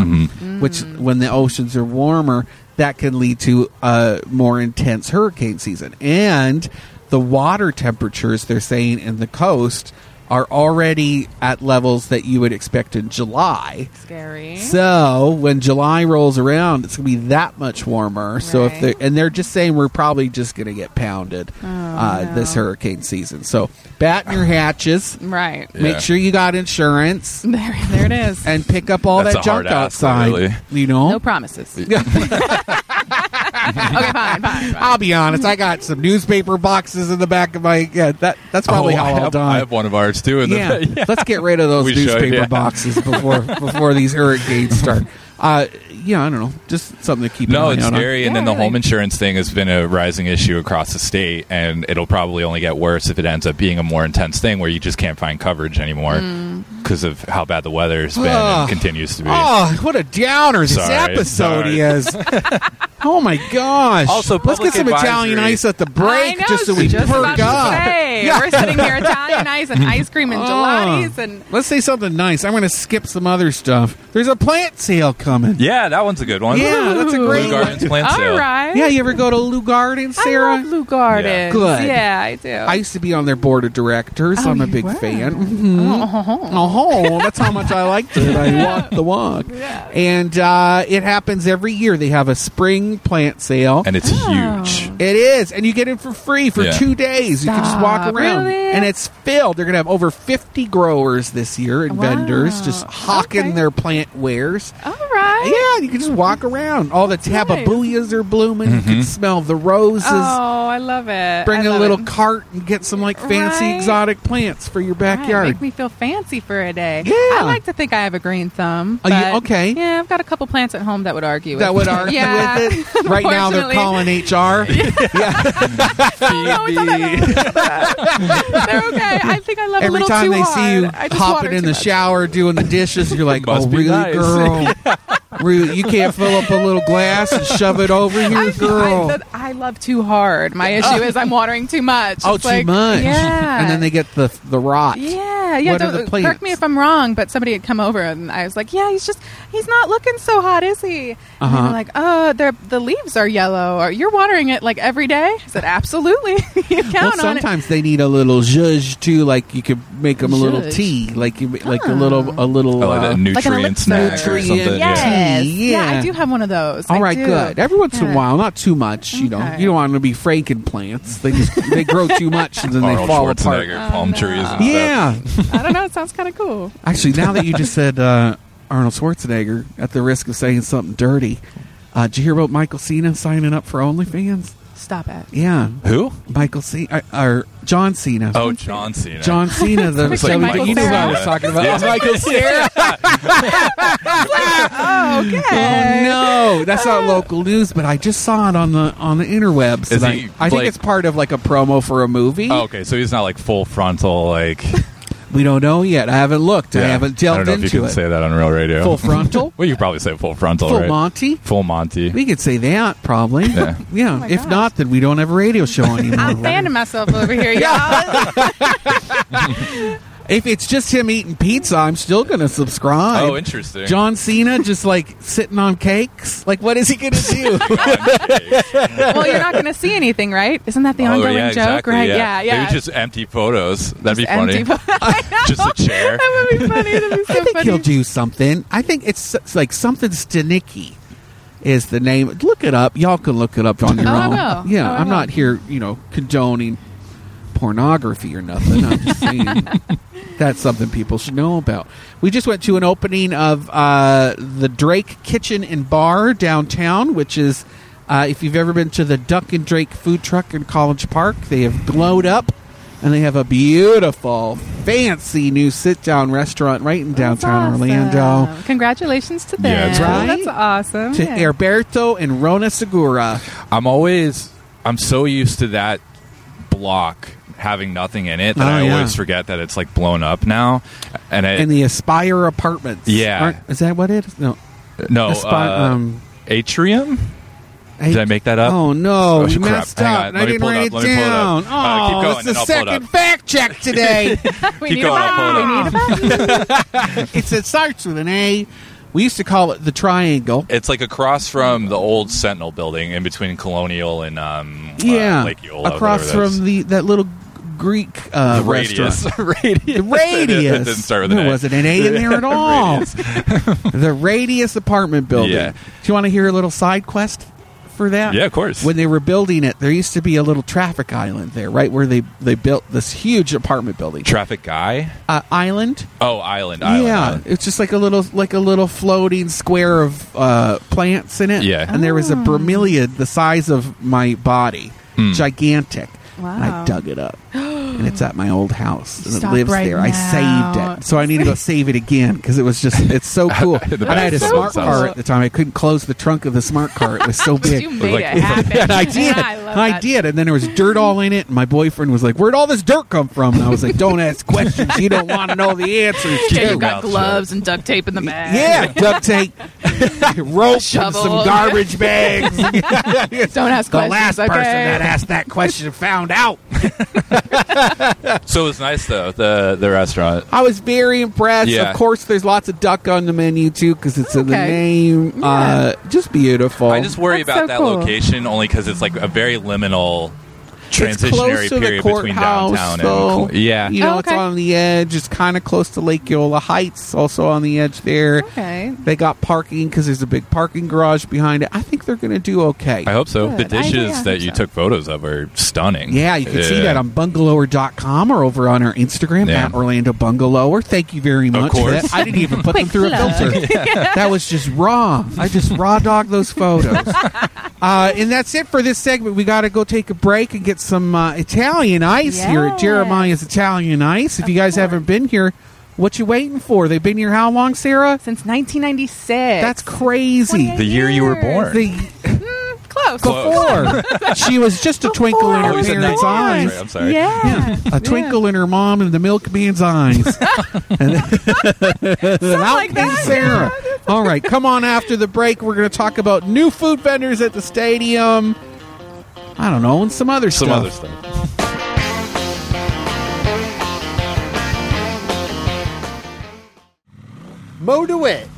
[SPEAKER 1] Which, when the oceans are warmer, that can lead to a more intense hurricane season. And the water temperatures, they're saying, in the coast are already at levels that you would expect in July.
[SPEAKER 4] Scary.
[SPEAKER 1] So when July rolls around, it's gonna be that much warmer. So if
[SPEAKER 4] Right. Oh,
[SPEAKER 1] they and they're just saying we're probably just gonna get pounded uh,
[SPEAKER 4] no.
[SPEAKER 1] this hurricane season. So bat in your hatches.
[SPEAKER 4] right.
[SPEAKER 3] Yeah.
[SPEAKER 1] Make sure you got insurance
[SPEAKER 4] There, there it is.
[SPEAKER 1] and pick up all
[SPEAKER 3] That's
[SPEAKER 1] that
[SPEAKER 3] a
[SPEAKER 1] junk
[SPEAKER 3] hard ask, though,
[SPEAKER 1] outside.
[SPEAKER 3] really.
[SPEAKER 1] You know.
[SPEAKER 4] no promises. okay,
[SPEAKER 1] Yeah,
[SPEAKER 4] fine, fine. fine.
[SPEAKER 1] I'll be honest. I got some newspaper boxes in the back of my. Yeah, that that's probably
[SPEAKER 3] Oh,
[SPEAKER 1] how
[SPEAKER 3] I
[SPEAKER 1] I'll
[SPEAKER 3] have,
[SPEAKER 1] die.
[SPEAKER 3] I have one of ours too. In
[SPEAKER 1] yeah.
[SPEAKER 3] the, yeah.
[SPEAKER 1] let's get rid of those
[SPEAKER 3] We should,
[SPEAKER 1] newspaper
[SPEAKER 3] yeah.
[SPEAKER 1] boxes before before these hurricanes start. Uh, yeah, I don't know. Just something to keep.
[SPEAKER 3] No,
[SPEAKER 1] an
[SPEAKER 3] it's
[SPEAKER 1] eye out on.
[SPEAKER 3] scary. And
[SPEAKER 4] Yeah,
[SPEAKER 3] then the
[SPEAKER 4] really.
[SPEAKER 3] home insurance thing has been a rising issue across the state, and it'll probably only get worse if it ends up being a more intense thing where you just can't find coverage anymore
[SPEAKER 4] Mm.
[SPEAKER 3] because of how bad the weather's been
[SPEAKER 1] Ugh.
[SPEAKER 3] and continues to be.
[SPEAKER 1] Oh, what a downer this
[SPEAKER 3] Sorry,
[SPEAKER 1] episode
[SPEAKER 3] sorry.
[SPEAKER 1] is. Oh my gosh!
[SPEAKER 3] Also,
[SPEAKER 1] let's get
[SPEAKER 3] public
[SPEAKER 1] some Italian
[SPEAKER 3] advisory.
[SPEAKER 1] ice at the
[SPEAKER 4] I
[SPEAKER 1] break,
[SPEAKER 4] know,
[SPEAKER 1] just so we
[SPEAKER 4] just about
[SPEAKER 1] perk
[SPEAKER 4] to
[SPEAKER 1] up.
[SPEAKER 4] say,
[SPEAKER 1] Yeah.
[SPEAKER 4] We're sitting here Italian ice and ice cream and
[SPEAKER 1] Oh.
[SPEAKER 4] gelatis and
[SPEAKER 1] Let's say something nice. I'm going to skip some other stuff. There's a plant sale coming.
[SPEAKER 3] Yeah, that one's a good one.
[SPEAKER 1] Yeah, that's a
[SPEAKER 4] Ooh.
[SPEAKER 1] great
[SPEAKER 3] Blue Gardens plant
[SPEAKER 4] all
[SPEAKER 3] sale.
[SPEAKER 4] right.
[SPEAKER 1] Yeah, you ever go to Lou Garden,
[SPEAKER 4] I
[SPEAKER 1] Sarah?
[SPEAKER 4] love Blue Gardens.
[SPEAKER 3] Yeah.
[SPEAKER 1] Good.
[SPEAKER 4] Yeah, I do.
[SPEAKER 1] I used to be on their board of directors.
[SPEAKER 4] Oh,
[SPEAKER 1] I'm a
[SPEAKER 4] you
[SPEAKER 1] big
[SPEAKER 4] were.
[SPEAKER 1] fan. Mhm. Oh, that's how much I liked it. I walked the walk. And uh, it happens every year. They have a spring plant sale.
[SPEAKER 3] And it's
[SPEAKER 4] Oh.
[SPEAKER 3] huge.
[SPEAKER 1] It is, and you get in for free for
[SPEAKER 3] Yeah.
[SPEAKER 1] two days. You can just walk
[SPEAKER 4] Stop.
[SPEAKER 1] around,
[SPEAKER 4] Really?
[SPEAKER 1] and it's filled. They're going to have over fifty growers this year and
[SPEAKER 4] Wow.
[SPEAKER 1] vendors just hawking
[SPEAKER 4] Okay.
[SPEAKER 1] their plant wares.
[SPEAKER 4] all right.
[SPEAKER 1] Yeah, you can just walk around. All the
[SPEAKER 4] nice.
[SPEAKER 1] tababuyas are blooming. You can smell the roses.
[SPEAKER 4] Oh, I love it.
[SPEAKER 1] Bring
[SPEAKER 4] I
[SPEAKER 1] a
[SPEAKER 4] love
[SPEAKER 1] little
[SPEAKER 4] it.
[SPEAKER 1] cart and get some like fancy
[SPEAKER 4] Right.
[SPEAKER 1] exotic plants for your
[SPEAKER 4] Right,
[SPEAKER 1] backyard.
[SPEAKER 4] Make me feel fancy for a day.
[SPEAKER 1] Yeah.
[SPEAKER 4] I like to think I have a green thumb.
[SPEAKER 1] Are you-
[SPEAKER 4] but,
[SPEAKER 1] okay.
[SPEAKER 4] Yeah, I've got a couple plants at home that would argue with
[SPEAKER 1] that
[SPEAKER 4] me.
[SPEAKER 1] would argue
[SPEAKER 4] Yeah.
[SPEAKER 1] with it. Right now, they're
[SPEAKER 4] Unfortunately.
[SPEAKER 1] calling HR.
[SPEAKER 4] no, it's They're okay. I think I love a
[SPEAKER 1] Every
[SPEAKER 4] little
[SPEAKER 1] time
[SPEAKER 4] too
[SPEAKER 1] they see
[SPEAKER 4] hard.
[SPEAKER 1] you
[SPEAKER 4] I just
[SPEAKER 1] hopping
[SPEAKER 4] water
[SPEAKER 1] in
[SPEAKER 4] too
[SPEAKER 1] the
[SPEAKER 4] much.
[SPEAKER 1] shower doing the dishes, you're like,
[SPEAKER 3] Must
[SPEAKER 1] "Oh,
[SPEAKER 3] be
[SPEAKER 1] really,
[SPEAKER 3] nice."
[SPEAKER 1] girl? really, you can't fill up a little glass and shove it over
[SPEAKER 4] I,
[SPEAKER 1] here, girl?
[SPEAKER 4] I, that I love too hard. My issue is I'm watering too much.
[SPEAKER 1] oh,
[SPEAKER 4] It's
[SPEAKER 1] too
[SPEAKER 4] like,
[SPEAKER 1] much."
[SPEAKER 4] Yeah.
[SPEAKER 1] And then they get the the rot.
[SPEAKER 4] Yeah, yeah.
[SPEAKER 1] What are
[SPEAKER 4] Don't,
[SPEAKER 1] the plants?
[SPEAKER 4] correct me if I'm wrong, but somebody had come over and I was like, "Yeah, he's just he's not looking so hot, is he?" And they
[SPEAKER 1] Uh-huh.
[SPEAKER 4] were like, "Oh, they're, the leaves are yellow. Or you're watering it like every day?" I said, "Absolutely, you count
[SPEAKER 1] Well,
[SPEAKER 4] on it."
[SPEAKER 1] sometimes they need a little zhuzh too. Like you could make them a little
[SPEAKER 4] Zhuzh.
[SPEAKER 1] tea, like you, like a
[SPEAKER 4] Oh.
[SPEAKER 1] little a little.
[SPEAKER 3] I like
[SPEAKER 1] uh,
[SPEAKER 3] that nutrient
[SPEAKER 4] elixir.
[SPEAKER 3] snack or
[SPEAKER 1] Nutrient
[SPEAKER 3] something. Yeah.
[SPEAKER 4] Yes,
[SPEAKER 1] tea, yeah.
[SPEAKER 4] I do have one of those. I
[SPEAKER 1] all right,
[SPEAKER 4] do.
[SPEAKER 1] good. Every once in a
[SPEAKER 4] Yeah.
[SPEAKER 1] while, not too much. You know,
[SPEAKER 4] Okay.
[SPEAKER 1] you don't want them to be franken plants. They just they grow too much and then they
[SPEAKER 3] Arnold
[SPEAKER 1] fall apart.
[SPEAKER 3] Schwarzenegger, palm
[SPEAKER 4] Oh,
[SPEAKER 3] trees.
[SPEAKER 4] no.
[SPEAKER 3] And
[SPEAKER 1] Yeah,
[SPEAKER 4] I don't know. It sounds kind of cool.
[SPEAKER 1] Actually, now that you just said uh, Arnold Schwarzenegger, at the risk of saying something dirty, uh, did you hear about Michael Cena signing up for OnlyFans?
[SPEAKER 4] Stop it.
[SPEAKER 1] Yeah,
[SPEAKER 3] Stuff. Who?
[SPEAKER 1] Michael Cena or John Cena.
[SPEAKER 3] Oh, John Cena.
[SPEAKER 1] John Cena, the
[SPEAKER 4] Looks
[SPEAKER 1] so
[SPEAKER 4] like
[SPEAKER 1] we-
[SPEAKER 4] Michael
[SPEAKER 1] you knew what I
[SPEAKER 4] Cera.
[SPEAKER 1] was talking about.
[SPEAKER 3] Yeah.
[SPEAKER 1] Oh, Michael Cera.
[SPEAKER 4] Oh, okay.
[SPEAKER 1] Oh no, that's not local news, but I just saw it on the on the interwebs.
[SPEAKER 3] Is
[SPEAKER 1] and
[SPEAKER 3] he,
[SPEAKER 1] I, I think
[SPEAKER 3] like-
[SPEAKER 1] it's part of like a promo for a movie.
[SPEAKER 3] Oh, okay, so he's not like full frontal. Like
[SPEAKER 1] We don't know yet. I haven't looked. I
[SPEAKER 3] Yeah.
[SPEAKER 1] haven't
[SPEAKER 3] I
[SPEAKER 1] delved
[SPEAKER 3] don't know
[SPEAKER 1] into
[SPEAKER 3] if you can
[SPEAKER 1] it.
[SPEAKER 3] say that on real radio.
[SPEAKER 1] Full frontal,
[SPEAKER 3] well, you could probably say full frontal,
[SPEAKER 1] full
[SPEAKER 3] right?
[SPEAKER 1] Monty.
[SPEAKER 3] Full Monty.
[SPEAKER 1] We could say that probably. Yeah.
[SPEAKER 3] Yeah.
[SPEAKER 4] Oh my
[SPEAKER 1] if
[SPEAKER 4] gosh.
[SPEAKER 1] not, then we don't have a radio show anymore.
[SPEAKER 4] I'm fanning myself over here, y'all.
[SPEAKER 1] if it's just him eating pizza, I'm still going to subscribe.
[SPEAKER 3] oh, interesting.
[SPEAKER 1] John Cena just like sitting on cakes. Like, what is he going to do?
[SPEAKER 4] well, you're not going to see anything, right? Isn't that the
[SPEAKER 3] Oh,
[SPEAKER 4] ongoing
[SPEAKER 3] yeah,
[SPEAKER 4] joke?
[SPEAKER 3] exactly,
[SPEAKER 4] right? Yeah, yeah.
[SPEAKER 3] Maybe just empty photos. That'd be funny.
[SPEAKER 4] empty. I know.
[SPEAKER 3] just a chair.
[SPEAKER 4] that would be funny. That'd be so
[SPEAKER 1] I think
[SPEAKER 4] funny.
[SPEAKER 1] he'll do something. I think it's, it's like something Stanicki is the name. Look it up. Y'all can look it up on your
[SPEAKER 4] Oh, I
[SPEAKER 1] own.
[SPEAKER 4] will.
[SPEAKER 1] Yeah,
[SPEAKER 4] Oh, I
[SPEAKER 1] I'm
[SPEAKER 4] will.
[SPEAKER 1] not here, you know, condoning pornography or nothing. I'm just saying that's something people should know about. We just went to an opening of uh, the Drake Kitchen and Bar downtown, which is. Uh, if you've ever been to the Duck and Drake food truck in College Park, they have glowed up and they have a beautiful, fancy new sit down restaurant right in
[SPEAKER 4] That's
[SPEAKER 1] downtown
[SPEAKER 4] awesome.
[SPEAKER 1] Orlando.
[SPEAKER 4] Congratulations to them.
[SPEAKER 3] Yeah, it's
[SPEAKER 1] cool.
[SPEAKER 4] That's awesome.
[SPEAKER 1] To
[SPEAKER 4] Yeah.
[SPEAKER 1] Herberto and Rona Segura.
[SPEAKER 3] I'm always I'm so used to that block having nothing in it that
[SPEAKER 1] Oh,
[SPEAKER 3] I
[SPEAKER 1] yeah.
[SPEAKER 3] always forget that it's like blown up now. And I
[SPEAKER 1] and the Aspire Apartments.
[SPEAKER 3] Yeah.
[SPEAKER 1] Aren't- is that what it is? No,
[SPEAKER 3] no
[SPEAKER 1] Aspi-
[SPEAKER 3] uh,
[SPEAKER 1] um,
[SPEAKER 3] atrium. Did I make that up?
[SPEAKER 1] Oh no,
[SPEAKER 3] Oh,
[SPEAKER 1] you
[SPEAKER 3] crap.
[SPEAKER 1] messed
[SPEAKER 3] Hang
[SPEAKER 1] up.
[SPEAKER 3] on.
[SPEAKER 1] and
[SPEAKER 3] Let
[SPEAKER 1] I
[SPEAKER 3] me
[SPEAKER 1] didn't
[SPEAKER 3] pull it
[SPEAKER 1] write
[SPEAKER 3] up.
[SPEAKER 1] it
[SPEAKER 3] Let me pull it
[SPEAKER 1] down.
[SPEAKER 3] up. Uh, keep
[SPEAKER 1] oh,
[SPEAKER 3] going,
[SPEAKER 1] it's the
[SPEAKER 3] and I'll pull it
[SPEAKER 1] second
[SPEAKER 3] up.
[SPEAKER 1] fact check today.
[SPEAKER 4] we
[SPEAKER 3] Keep
[SPEAKER 4] need
[SPEAKER 3] going,
[SPEAKER 4] a
[SPEAKER 3] I'll pull it
[SPEAKER 4] button.
[SPEAKER 3] up.
[SPEAKER 4] We need a button.
[SPEAKER 1] it's, it starts with an A. We used to call it the triangle.
[SPEAKER 3] It's like across from the old Sentinel building in between Colonial and um, uh,
[SPEAKER 1] yeah,
[SPEAKER 3] Lake Eola.
[SPEAKER 1] across
[SPEAKER 3] whatever that is.
[SPEAKER 1] from the that little Greek uh,
[SPEAKER 3] the radius.
[SPEAKER 1] restaurant.
[SPEAKER 3] radius.
[SPEAKER 1] The radius.
[SPEAKER 3] It didn't start with an
[SPEAKER 1] there
[SPEAKER 3] A.
[SPEAKER 1] wasn't an A in there at all. the radius apartment building.
[SPEAKER 3] Yeah.
[SPEAKER 1] Do you want to hear a little side quest for that?
[SPEAKER 3] Yeah, of course.
[SPEAKER 1] When they were building it, there used to be a little traffic island there, right where they they built this huge apartment building.
[SPEAKER 3] Traffic guy.
[SPEAKER 1] uh, island.
[SPEAKER 3] Oh, island. Island.
[SPEAKER 1] yeah,
[SPEAKER 3] island.
[SPEAKER 1] it's just like a little like a little floating square of uh, plants in it.
[SPEAKER 3] Yeah.
[SPEAKER 1] and there
[SPEAKER 4] Oh.
[SPEAKER 1] was a
[SPEAKER 3] Hmm.
[SPEAKER 1] bromeliad the size of my body, gigantic. And I
[SPEAKER 4] Wow.
[SPEAKER 1] dug it up, and and it's at my old house. And it
[SPEAKER 4] Stop
[SPEAKER 1] lives
[SPEAKER 4] right
[SPEAKER 1] there. I
[SPEAKER 4] now.
[SPEAKER 1] saved it, so I need to go save it again because it was just it's so cool.
[SPEAKER 3] The
[SPEAKER 1] and I had a
[SPEAKER 3] bathroom
[SPEAKER 1] smart
[SPEAKER 3] sounds-
[SPEAKER 1] car at the time. I couldn't close the trunk of the smart car. It was so big.
[SPEAKER 4] You made
[SPEAKER 3] like-
[SPEAKER 4] it happen.
[SPEAKER 1] And I did.
[SPEAKER 4] I love
[SPEAKER 1] I
[SPEAKER 4] that.
[SPEAKER 1] did. And then there was dirt all in it. And my boyfriend was like, Where'd all this dirt come from? And I was like, Don't ask questions. You don't want to know the answers to.
[SPEAKER 4] Yeah, you
[SPEAKER 3] Mouth
[SPEAKER 4] got
[SPEAKER 3] shut.
[SPEAKER 4] gloves and duct tape in the bag.
[SPEAKER 1] Yeah, duct tape, rope, and some
[SPEAKER 4] Shovel.
[SPEAKER 1] garbage bags.
[SPEAKER 4] Don't ask
[SPEAKER 1] the
[SPEAKER 4] questions.
[SPEAKER 1] last
[SPEAKER 4] okay?
[SPEAKER 1] person that asked that question found out.
[SPEAKER 3] So it was nice though the the restaurant.
[SPEAKER 1] I was very impressed.
[SPEAKER 3] Yeah.
[SPEAKER 1] Of course, there's lots of duck on the menu too because it's in the
[SPEAKER 4] Okay.
[SPEAKER 1] name. Uh, just beautiful.
[SPEAKER 3] I just worry
[SPEAKER 4] That's
[SPEAKER 3] about
[SPEAKER 4] so
[SPEAKER 3] that
[SPEAKER 4] cool.
[SPEAKER 3] location only because it's like a very liminal
[SPEAKER 1] It's
[SPEAKER 3] transitionary
[SPEAKER 1] close to
[SPEAKER 3] period
[SPEAKER 1] the
[SPEAKER 3] between
[SPEAKER 1] courthouse,
[SPEAKER 3] downtown
[SPEAKER 1] though.
[SPEAKER 3] and yeah.
[SPEAKER 1] you know
[SPEAKER 4] Oh,
[SPEAKER 1] it's
[SPEAKER 4] okay.
[SPEAKER 1] on the edge. It's kind of close to Lake Eola Heights, also on the edge there.
[SPEAKER 4] Okay.
[SPEAKER 1] They got parking because there's a big parking garage behind it. I think they're going to do okay.
[SPEAKER 3] I hope so.
[SPEAKER 4] Good.
[SPEAKER 3] The
[SPEAKER 4] I- yeah,
[SPEAKER 3] dishes
[SPEAKER 4] I
[SPEAKER 3] that
[SPEAKER 4] think
[SPEAKER 3] you
[SPEAKER 4] so.
[SPEAKER 3] took photos of are stunning.
[SPEAKER 1] Yeah, you can see that on bungalower.com or over on our Instagram
[SPEAKER 3] Yeah.
[SPEAKER 1] at Orlando Bungalower. Thank you very much. for
[SPEAKER 3] course.
[SPEAKER 1] that. I didn't even put them
[SPEAKER 4] Quick
[SPEAKER 1] through
[SPEAKER 4] plug.
[SPEAKER 1] a filter. That was just raw. I just raw dogged those photos. Uh, and that's it for this segment. We got to go take a break and get some uh, Italian ice here at
[SPEAKER 4] Yes.
[SPEAKER 1] Jeremiah's Italian Ice. If you guys haven't been here, what you waiting for? They've been here how long, Sarah?
[SPEAKER 4] Since 1996.
[SPEAKER 1] That's crazy.
[SPEAKER 3] The year you were born.
[SPEAKER 1] The-
[SPEAKER 4] Hmm, Close.
[SPEAKER 1] before she was just a twinkle in
[SPEAKER 3] Oh,
[SPEAKER 1] her
[SPEAKER 3] you said
[SPEAKER 1] parents'
[SPEAKER 3] 1996,
[SPEAKER 1] eyes
[SPEAKER 3] right? I'm sorry.
[SPEAKER 4] Yeah.
[SPEAKER 1] a twinkle in her mom and the milkman's eyes. and then out
[SPEAKER 4] like
[SPEAKER 1] comes Sarah. All right, come on after the break. We're going to talk about new food vendors at the stadium. I don't know, and some other
[SPEAKER 3] Some
[SPEAKER 1] stuff.
[SPEAKER 3] other stuff.
[SPEAKER 5] Mo DeWitt.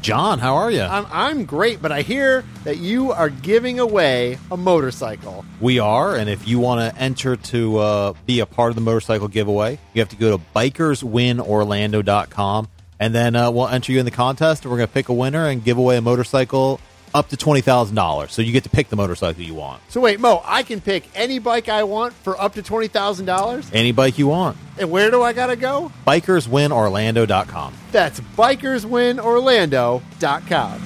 [SPEAKER 6] John, how are you?
[SPEAKER 5] I'm, I'm great, but I hear that you are giving away a motorcycle.
[SPEAKER 6] we are, and if you want to enter to uh, be a part of the motorcycle giveaway, you have to go to bikerswinorlando.com, and then uh, we'll enter you in the contest, and we're going to pick a winner and give away a motorcycle up to $20,000. So you get to pick the motorcycle you want.
[SPEAKER 5] So wait, Mo, I can pick any bike I want for up to twenty thousand dollars.
[SPEAKER 6] Any bike you want.
[SPEAKER 5] And where do I gotta go?
[SPEAKER 6] Bikerswinorlando.com.
[SPEAKER 5] That's bikerswinorlando.com.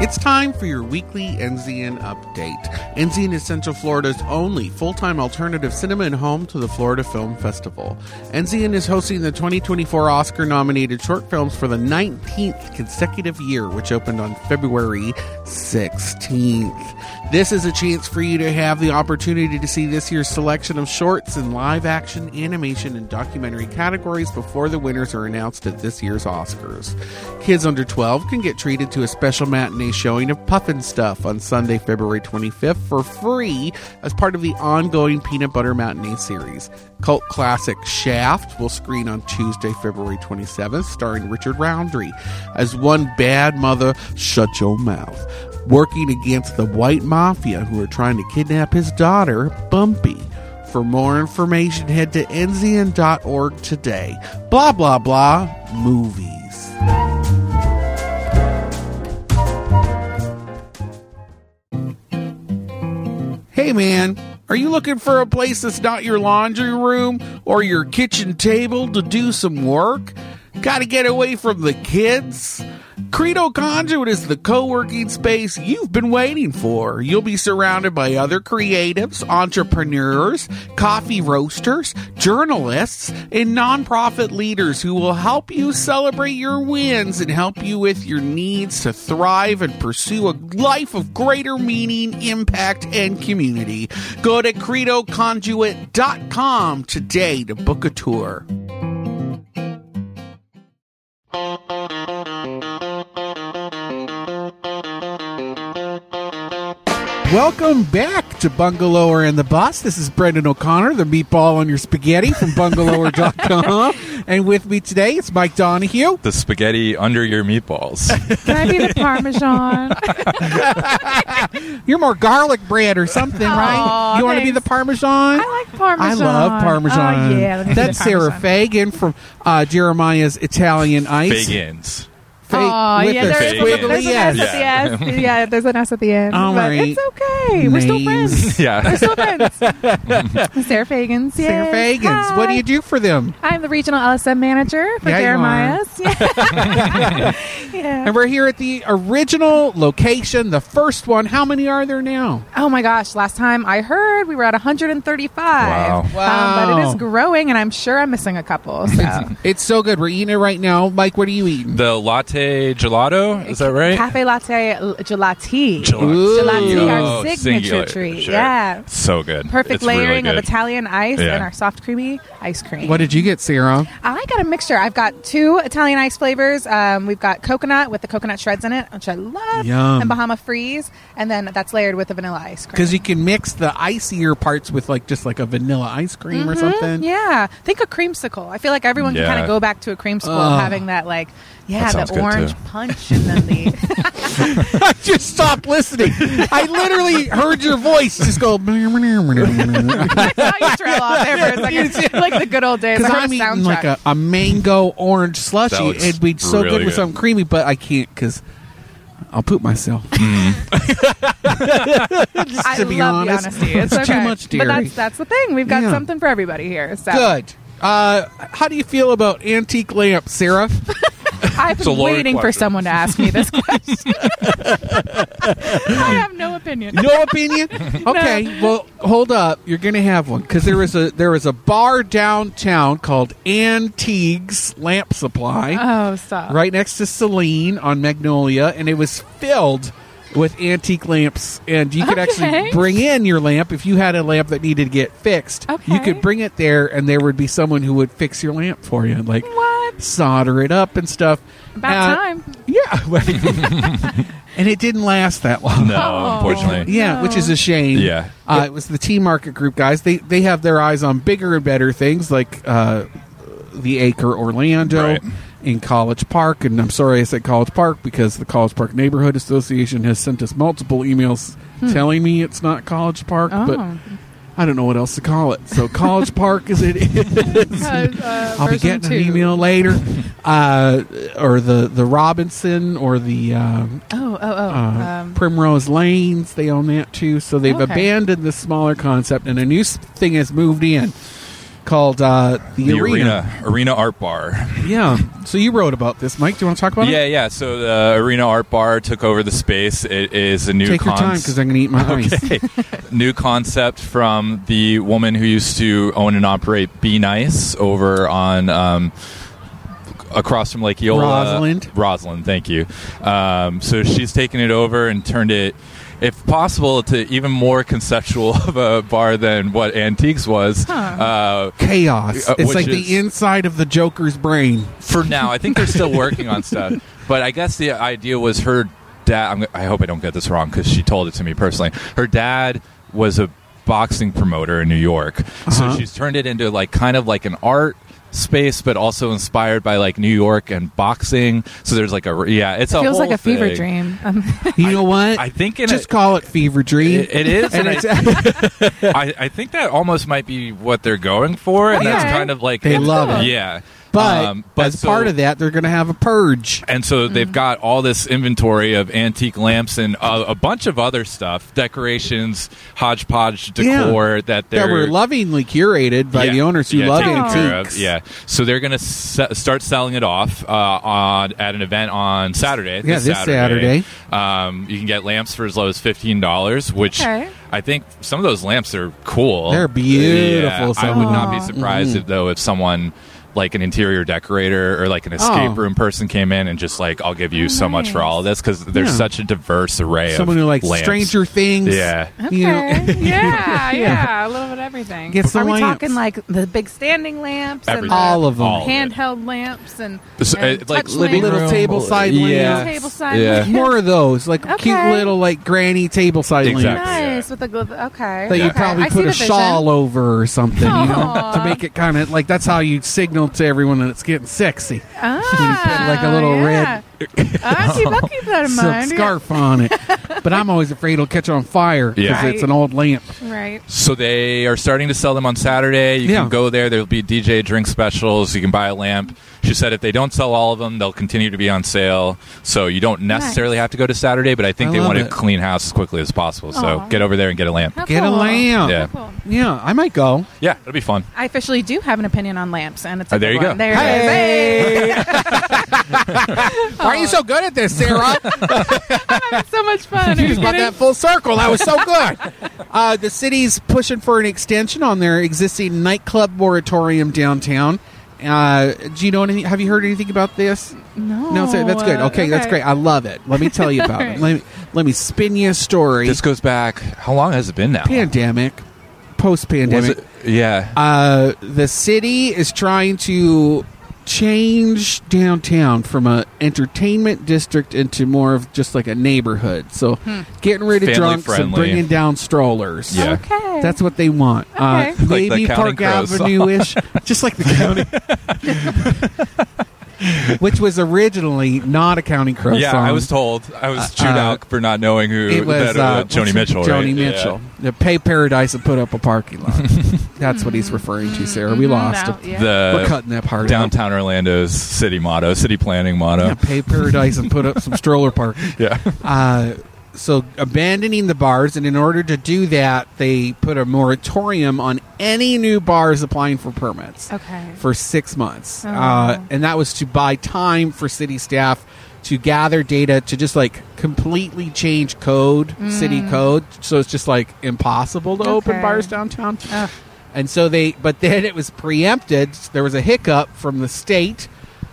[SPEAKER 1] It's time for your weekly Enzian update. Enzian is Central Florida's only full time alternative cinema and home to the Florida Film Festival. Enzian is hosting the 2024 Oscar nominated short films for the 19th consecutive year, which opened on February 16th. This is a chance for you to have the opportunity to see this year's selection of shorts in live action, animation, and documentary categories before the winners are announced at this year's Oscars. Kids under 12 can get treated to a special matinee showing of Puffin Stuff on Sunday, February 25th for free as part of the ongoing Peanut Butter Matinee series. Cult classic Shaft will screen on Tuesday, February 27th, starring Richard Roundtree as one bad mother, shut your mouth, working against the white mafia who are trying to kidnap his daughter, Bumpy. For more information, head to nzn.org today. Blah, blah, blah, movies. Hey man, are you looking for a place that's not your laundry room or your kitchen table to do some work? Gotta get away from the kids? Credo Conduit is the co working space you've been waiting for. You'll be surrounded by other creatives, entrepreneurs, coffee roasters, journalists, and nonprofit leaders who will help you celebrate your wins and help you with your needs to thrive and pursue a life of greater meaning, impact, and community. Go to credoconduit.com today to book a tour. Welcome back to Bungalower and the Boss. This is Brendan O'Connor, the meatball on your spaghetti from bungalower.com. and with me today is Mike Donahue.
[SPEAKER 3] The spaghetti under your meatballs.
[SPEAKER 4] Can I be the Parmesan?
[SPEAKER 1] You're more garlic bread or something, right?
[SPEAKER 4] Aw,
[SPEAKER 1] You want to be the
[SPEAKER 4] thanks.
[SPEAKER 1] Parmesan?
[SPEAKER 4] I like Parmesan.
[SPEAKER 1] I love Parmesan.
[SPEAKER 4] Oh, yeah. let me do
[SPEAKER 1] That's
[SPEAKER 4] the
[SPEAKER 1] Sarah
[SPEAKER 4] Parmesan.
[SPEAKER 1] Fagan from uh, Jeremiah's Italian Ice.
[SPEAKER 3] Big ins.
[SPEAKER 1] Fake
[SPEAKER 4] Aw,
[SPEAKER 1] with
[SPEAKER 4] yeah,
[SPEAKER 1] a
[SPEAKER 4] there is a,
[SPEAKER 3] Fake
[SPEAKER 1] squiggly
[SPEAKER 4] there's an
[SPEAKER 1] yes.
[SPEAKER 4] S at the end. Yeah, there's an S at the end.
[SPEAKER 1] All
[SPEAKER 4] but
[SPEAKER 1] right.
[SPEAKER 4] it's okay. We're still
[SPEAKER 1] Names.
[SPEAKER 4] friends.
[SPEAKER 3] Yeah.
[SPEAKER 4] We're still friends. Sarah Fagans. Yes.
[SPEAKER 1] Sarah Fagans, what do
[SPEAKER 4] Hi.
[SPEAKER 1] you do for them?
[SPEAKER 4] I'm the regional LSM manager for
[SPEAKER 1] Yeah, you are.
[SPEAKER 4] Jeremiah's. Yeah. Yeah.
[SPEAKER 1] And we're here at the original location, the first one. How many are there now?
[SPEAKER 4] Oh my gosh! Last time I heard, we were at 135.
[SPEAKER 3] Wow.
[SPEAKER 4] Um, but it
[SPEAKER 1] Wow.
[SPEAKER 4] is growing, and I'm sure I'm missing a couple. So.
[SPEAKER 1] It's so good. We're eating it right now. Mike, what are you eating?
[SPEAKER 3] The latte gelato, is that right?
[SPEAKER 4] Cafe latte l- gelati.
[SPEAKER 1] Ooh.
[SPEAKER 4] Gelati,
[SPEAKER 3] Oh,
[SPEAKER 4] our
[SPEAKER 3] singular.
[SPEAKER 4] signature treat.
[SPEAKER 3] Sure.
[SPEAKER 4] Yeah.
[SPEAKER 3] So good.
[SPEAKER 4] Perfect
[SPEAKER 3] It's really
[SPEAKER 4] layering
[SPEAKER 3] good.
[SPEAKER 4] of Italian ice
[SPEAKER 3] Yeah.
[SPEAKER 4] and our soft creamy ice cream.
[SPEAKER 1] What did you get, Sarah?
[SPEAKER 4] I got a mixture. I've got two Italian ice flavors. Um, we've got coconut with the coconut shreds in it, which I love,
[SPEAKER 1] Yum.
[SPEAKER 4] and Bahama Freeze, and then that's layered with the vanilla ice cream.
[SPEAKER 1] Because you can mix the icier parts with like just like a vanilla ice cream or
[SPEAKER 4] Mm-hmm.
[SPEAKER 1] something.
[SPEAKER 4] yeah, think a creamsicle. I feel like everyone
[SPEAKER 3] Yeah.
[SPEAKER 4] can kind of go back to a creamsicle,
[SPEAKER 1] Ugh.
[SPEAKER 4] having that like, yeah,
[SPEAKER 3] sounds
[SPEAKER 4] the
[SPEAKER 3] good,
[SPEAKER 4] orange
[SPEAKER 3] too.
[SPEAKER 4] punch, and then the
[SPEAKER 1] I just stopped listening. I literally heard your voice just go. Because
[SPEAKER 4] I saw you trail off there for a second, like the good old days. I heard
[SPEAKER 1] I'm
[SPEAKER 4] a
[SPEAKER 1] eating
[SPEAKER 4] soundtrack.
[SPEAKER 1] like a, a mango orange
[SPEAKER 3] That
[SPEAKER 1] slushy.
[SPEAKER 3] looks
[SPEAKER 1] It'd be so
[SPEAKER 3] really
[SPEAKER 1] good with
[SPEAKER 3] good.
[SPEAKER 1] something creamy, but I can't because I'll poop myself.
[SPEAKER 4] I
[SPEAKER 1] to be
[SPEAKER 4] love
[SPEAKER 1] honest.
[SPEAKER 4] the honesty. It's,
[SPEAKER 1] It's too
[SPEAKER 4] okay.
[SPEAKER 1] much
[SPEAKER 4] But
[SPEAKER 1] dairy.
[SPEAKER 4] that's that's the thing. We've got
[SPEAKER 1] Yeah.
[SPEAKER 4] something for everybody here. So
[SPEAKER 1] Good. Uh, how do you feel about antique lamps, Sarah?
[SPEAKER 4] I've
[SPEAKER 3] a
[SPEAKER 4] been
[SPEAKER 3] loaded
[SPEAKER 4] waiting for
[SPEAKER 3] question.
[SPEAKER 4] someone to ask me this question. I have no opinion.
[SPEAKER 1] No opinion. Okay, well, hold up. You're gonna have one because there was a there was a bar downtown called Antigues Lamp Supply.
[SPEAKER 4] Oh, stop.
[SPEAKER 1] right next to Celine on Magnolia, and it was filled with antique lamps. And you could actually
[SPEAKER 4] Okay.
[SPEAKER 1] bring in your lamp if you had a lamp that needed to get fixed. You
[SPEAKER 4] Okay.
[SPEAKER 1] could bring it there, and there would be someone who would fix your lamp for you, like
[SPEAKER 4] What?
[SPEAKER 1] solder it up and stuff.
[SPEAKER 4] About
[SPEAKER 1] Uh,
[SPEAKER 4] time.
[SPEAKER 1] Yeah, and it didn't last that long.
[SPEAKER 3] No,
[SPEAKER 4] Oh.
[SPEAKER 3] unfortunately.
[SPEAKER 1] Yeah, which is a shame.
[SPEAKER 3] Yeah.
[SPEAKER 1] uh, it was the T Market Group guys. They they have their eyes on bigger and better things like uh, the Acre Orlando
[SPEAKER 3] Right.
[SPEAKER 1] in College Park. And I'm sorry I said College Park because the College Park Neighborhood Association has sent us multiple emails telling me it's not College Park, but
[SPEAKER 4] Oh,
[SPEAKER 1] I don't know what else to call it. So College Park is it.
[SPEAKER 4] uh,
[SPEAKER 1] I'll be getting an email later, uh, or the the Robinson or the. Um,
[SPEAKER 4] Oh, oh, oh.
[SPEAKER 1] uh,
[SPEAKER 4] um,
[SPEAKER 1] Primrose Lanes. They own that too. So they've
[SPEAKER 4] Okay.
[SPEAKER 1] abandoned the smaller concept, and a new s- thing has moved in called uh, the, arena.
[SPEAKER 3] The arena, arena art bar.
[SPEAKER 1] Yeah. So you wrote about this, Mike. Do you want to talk about
[SPEAKER 3] Yeah,
[SPEAKER 1] it?
[SPEAKER 3] yeah. So the Arena Art Bar took over the space. It is a new
[SPEAKER 1] Take your
[SPEAKER 3] cons-
[SPEAKER 1] time because I'm going to eat my ice.
[SPEAKER 3] new concept from the woman who used to own and operate Be Nice over on um, across from Lake Eola.
[SPEAKER 1] Rosalind.
[SPEAKER 3] Rosalind, thank you. Um, so she's taken it over and turned it, if possible, to even more conceptual of a bar than what Antiques was. Uh,
[SPEAKER 1] Chaos.
[SPEAKER 3] Uh,
[SPEAKER 1] it's
[SPEAKER 3] which
[SPEAKER 1] like
[SPEAKER 3] is-
[SPEAKER 1] the inside of the Joker's brain.
[SPEAKER 3] for now. I think they're still working on stuff. But I guess the idea was her dad. I'm, I hope I don't get this wrong because she told it to me personally. Her dad was a boxing promoter in New York,
[SPEAKER 1] Uh-huh.
[SPEAKER 3] so she's turned it into like kind of like an art space, but also inspired by like New York and boxing. So there's like a yeah, it's a
[SPEAKER 4] feels
[SPEAKER 3] whole
[SPEAKER 4] like a fever
[SPEAKER 3] thing.
[SPEAKER 4] dream. Um,
[SPEAKER 1] You know what?
[SPEAKER 3] I think in
[SPEAKER 1] just
[SPEAKER 3] a-
[SPEAKER 1] call it fever dream.
[SPEAKER 3] It- it is,
[SPEAKER 1] And
[SPEAKER 3] and I-
[SPEAKER 1] it's,
[SPEAKER 3] I, I think that almost might be what they're going for, and that's
[SPEAKER 4] Okay.
[SPEAKER 3] kind of like
[SPEAKER 1] They
[SPEAKER 3] it's-
[SPEAKER 1] love it.
[SPEAKER 3] yeah.
[SPEAKER 1] but
[SPEAKER 3] Um, but
[SPEAKER 1] as
[SPEAKER 3] so-
[SPEAKER 1] part of that, they're going to have a purge.
[SPEAKER 3] And so they've got all this inventory of antique lamps and uh, a bunch of other stuff, decorations, hodgepodge decor that they're
[SPEAKER 1] That were lovingly curated by
[SPEAKER 3] Yeah.
[SPEAKER 1] the owners who
[SPEAKER 3] Yeah,
[SPEAKER 1] love
[SPEAKER 3] taken care
[SPEAKER 1] antiques.
[SPEAKER 3] Of. Yeah, so they're going to se- start selling it off uh, on at an event on Saturday.
[SPEAKER 1] Yeah, this
[SPEAKER 3] Um, you can get lamps for as low as fifteen dollars, which
[SPEAKER 4] Okay.
[SPEAKER 3] I think some of those lamps are cool.
[SPEAKER 1] They're beautiful, Mm-hmm.
[SPEAKER 3] Yeah, I
[SPEAKER 1] some
[SPEAKER 3] would
[SPEAKER 1] of
[SPEAKER 3] not
[SPEAKER 4] them.
[SPEAKER 3] be surprised if, though if someone. Like an interior decorator or like an escape
[SPEAKER 1] Oh.
[SPEAKER 3] room person came in and just like, I'll give you so much for all of this because there's
[SPEAKER 1] Yeah.
[SPEAKER 3] such a diverse array
[SPEAKER 1] Someone
[SPEAKER 3] of
[SPEAKER 1] who likes
[SPEAKER 3] lamps.
[SPEAKER 1] Stranger Things.
[SPEAKER 3] Yeah.
[SPEAKER 1] You know,
[SPEAKER 4] okay. yeah, yeah, a little bit of everything.
[SPEAKER 1] Get some
[SPEAKER 4] Are we
[SPEAKER 1] lamps.
[SPEAKER 4] talking like the big standing lamps
[SPEAKER 3] Everything.
[SPEAKER 4] and the
[SPEAKER 1] All of them.
[SPEAKER 3] All of it.
[SPEAKER 4] handheld lamps and,
[SPEAKER 3] So, uh,
[SPEAKER 4] and
[SPEAKER 3] like
[SPEAKER 4] touch
[SPEAKER 3] living
[SPEAKER 4] lamps?
[SPEAKER 1] Little
[SPEAKER 3] room,
[SPEAKER 1] table side
[SPEAKER 3] yeah.
[SPEAKER 1] lamps.
[SPEAKER 4] Table side
[SPEAKER 3] yeah.
[SPEAKER 4] lamps.
[SPEAKER 1] more of those, like cute
[SPEAKER 4] Okay.
[SPEAKER 1] little like granny table side
[SPEAKER 3] Exactly.
[SPEAKER 1] lamps
[SPEAKER 4] Nice
[SPEAKER 3] Yeah.
[SPEAKER 4] with the gl- okay.
[SPEAKER 1] that you
[SPEAKER 4] okay.
[SPEAKER 1] probably
[SPEAKER 4] I see
[SPEAKER 1] put
[SPEAKER 4] the
[SPEAKER 1] a
[SPEAKER 4] vision.
[SPEAKER 1] shawl over or something, you know,
[SPEAKER 4] Aw.
[SPEAKER 1] to make it kind of like that's how you signal to everyone that it's getting sexy.
[SPEAKER 4] Ah,
[SPEAKER 1] like a little
[SPEAKER 4] yeah.
[SPEAKER 1] red
[SPEAKER 4] I'll keep, I'll keep that in
[SPEAKER 1] some
[SPEAKER 4] mind.
[SPEAKER 1] scarf on it. But I'm always afraid it'll catch on fire because
[SPEAKER 3] Yeah.
[SPEAKER 1] it's an old lamp.
[SPEAKER 4] Right.
[SPEAKER 3] So they are starting to sell them on Saturday. You
[SPEAKER 1] Yeah.
[SPEAKER 3] can go there. There'll be DJ drink specials. You can buy a lamp. She said if they don't sell all of them, they'll continue to be on sale. So you don't necessarily have to go to Saturday, but I think
[SPEAKER 1] I
[SPEAKER 3] they
[SPEAKER 1] love
[SPEAKER 3] want
[SPEAKER 1] it.
[SPEAKER 3] to clean house as quickly as possible. So
[SPEAKER 4] Aw.
[SPEAKER 3] get over there and get a lamp.
[SPEAKER 4] How
[SPEAKER 1] Get a
[SPEAKER 4] cool.
[SPEAKER 1] lamp.
[SPEAKER 3] Yeah.
[SPEAKER 4] Cool.
[SPEAKER 1] Yeah, I might go.
[SPEAKER 3] Yeah, it'll be fun.
[SPEAKER 4] I officially do have an opinion on lamps, and it's a
[SPEAKER 3] Oh, there
[SPEAKER 4] good
[SPEAKER 3] you go.
[SPEAKER 4] one. There it is. Hey.
[SPEAKER 1] Why are you so good at this, Sarah?
[SPEAKER 4] That's so much fun. Are
[SPEAKER 1] you
[SPEAKER 4] you
[SPEAKER 1] just brought
[SPEAKER 4] kidding?
[SPEAKER 1] that full circle. That was so good. uh, the city's pushing for an extension on their existing nightclub moratorium downtown. Uh, do you know anything? Have you heard anything about this?
[SPEAKER 4] No.
[SPEAKER 1] No, so that's good.
[SPEAKER 4] Uh,
[SPEAKER 1] Okay, that's great. I love it. Let me tell you about it.
[SPEAKER 4] Alright.
[SPEAKER 1] Let me, let me spin you a story.
[SPEAKER 3] This goes back. How long has it been now?
[SPEAKER 1] pandemic, post
[SPEAKER 3] Was
[SPEAKER 1] pandemic.
[SPEAKER 3] it? Yeah.
[SPEAKER 1] Uh, the city is trying to change downtown from a entertainment district into more of just like a neighborhood. So
[SPEAKER 4] Hmm.
[SPEAKER 1] getting rid of
[SPEAKER 3] Family
[SPEAKER 1] drunks and
[SPEAKER 3] friendly.
[SPEAKER 1] bringing down strollers.
[SPEAKER 3] Yeah.
[SPEAKER 4] Okay.
[SPEAKER 1] That's what they want. Uh,
[SPEAKER 4] Okay. Like
[SPEAKER 3] the
[SPEAKER 1] maybe Park
[SPEAKER 3] Counting Crows song.
[SPEAKER 1] Avenue ish, just like the county, which was originally not a County Crow
[SPEAKER 3] yeah,
[SPEAKER 1] song.
[SPEAKER 3] I was told. I was chewed
[SPEAKER 1] uh,
[SPEAKER 3] out for not knowing who
[SPEAKER 1] It was
[SPEAKER 3] that, uh,
[SPEAKER 1] uh,
[SPEAKER 3] Joni
[SPEAKER 1] what's-
[SPEAKER 3] Mitchell.
[SPEAKER 1] Joni
[SPEAKER 3] right? Yeah.
[SPEAKER 1] Mitchell. The Pay Paradise and put up a parking lot. That's what he's referring to, Sarah. We
[SPEAKER 4] Mhm,
[SPEAKER 1] lost
[SPEAKER 4] no,
[SPEAKER 1] him.
[SPEAKER 4] yeah.
[SPEAKER 1] We're
[SPEAKER 3] The
[SPEAKER 1] cutting that part out.
[SPEAKER 3] downtown Orlando's city motto, city planning motto.
[SPEAKER 1] Yeah, pay paradise and put up some stroller park.
[SPEAKER 3] Yeah.
[SPEAKER 1] Uh, so abandoning the bars, and in order to do that, they put a moratorium on any new bars applying for permits
[SPEAKER 4] Okay.
[SPEAKER 1] for six months,
[SPEAKER 4] Oh.
[SPEAKER 1] uh, and that was to buy time for city staff to gather data to just like completely change code, city code. So it's just like impossible to open
[SPEAKER 4] Mm. Okay.
[SPEAKER 1] bars downtown.
[SPEAKER 4] Ugh.
[SPEAKER 1] And so they, but then it was preempted. There was a hiccup from the state,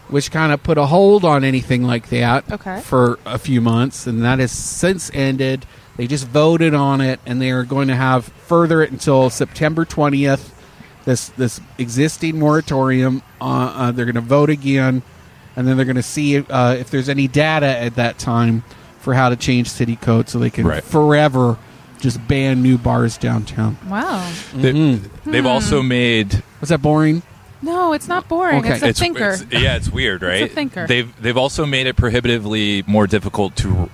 [SPEAKER 1] which kind of put a hold on anything like that
[SPEAKER 4] Okay.
[SPEAKER 1] for a few months, and that has since ended. They just voted on it, and they are going to have further it until September twentieth. This this existing moratorium. Uh, uh, they're going to vote again, and then they're going to see uh, if there's any data at that time for how to change city code, so they can
[SPEAKER 3] Right.
[SPEAKER 1] forever just ban new bars downtown.
[SPEAKER 4] Wow.
[SPEAKER 3] They,
[SPEAKER 1] Mm-hmm.
[SPEAKER 4] Hmm.
[SPEAKER 3] They've also made
[SPEAKER 1] Was that boring?
[SPEAKER 4] No, it's not boring.
[SPEAKER 1] Okay.
[SPEAKER 4] It's a thinker.
[SPEAKER 3] it's- yeah, it's weird, right?
[SPEAKER 4] thinker.
[SPEAKER 3] They've they've also made it prohibitively more difficult to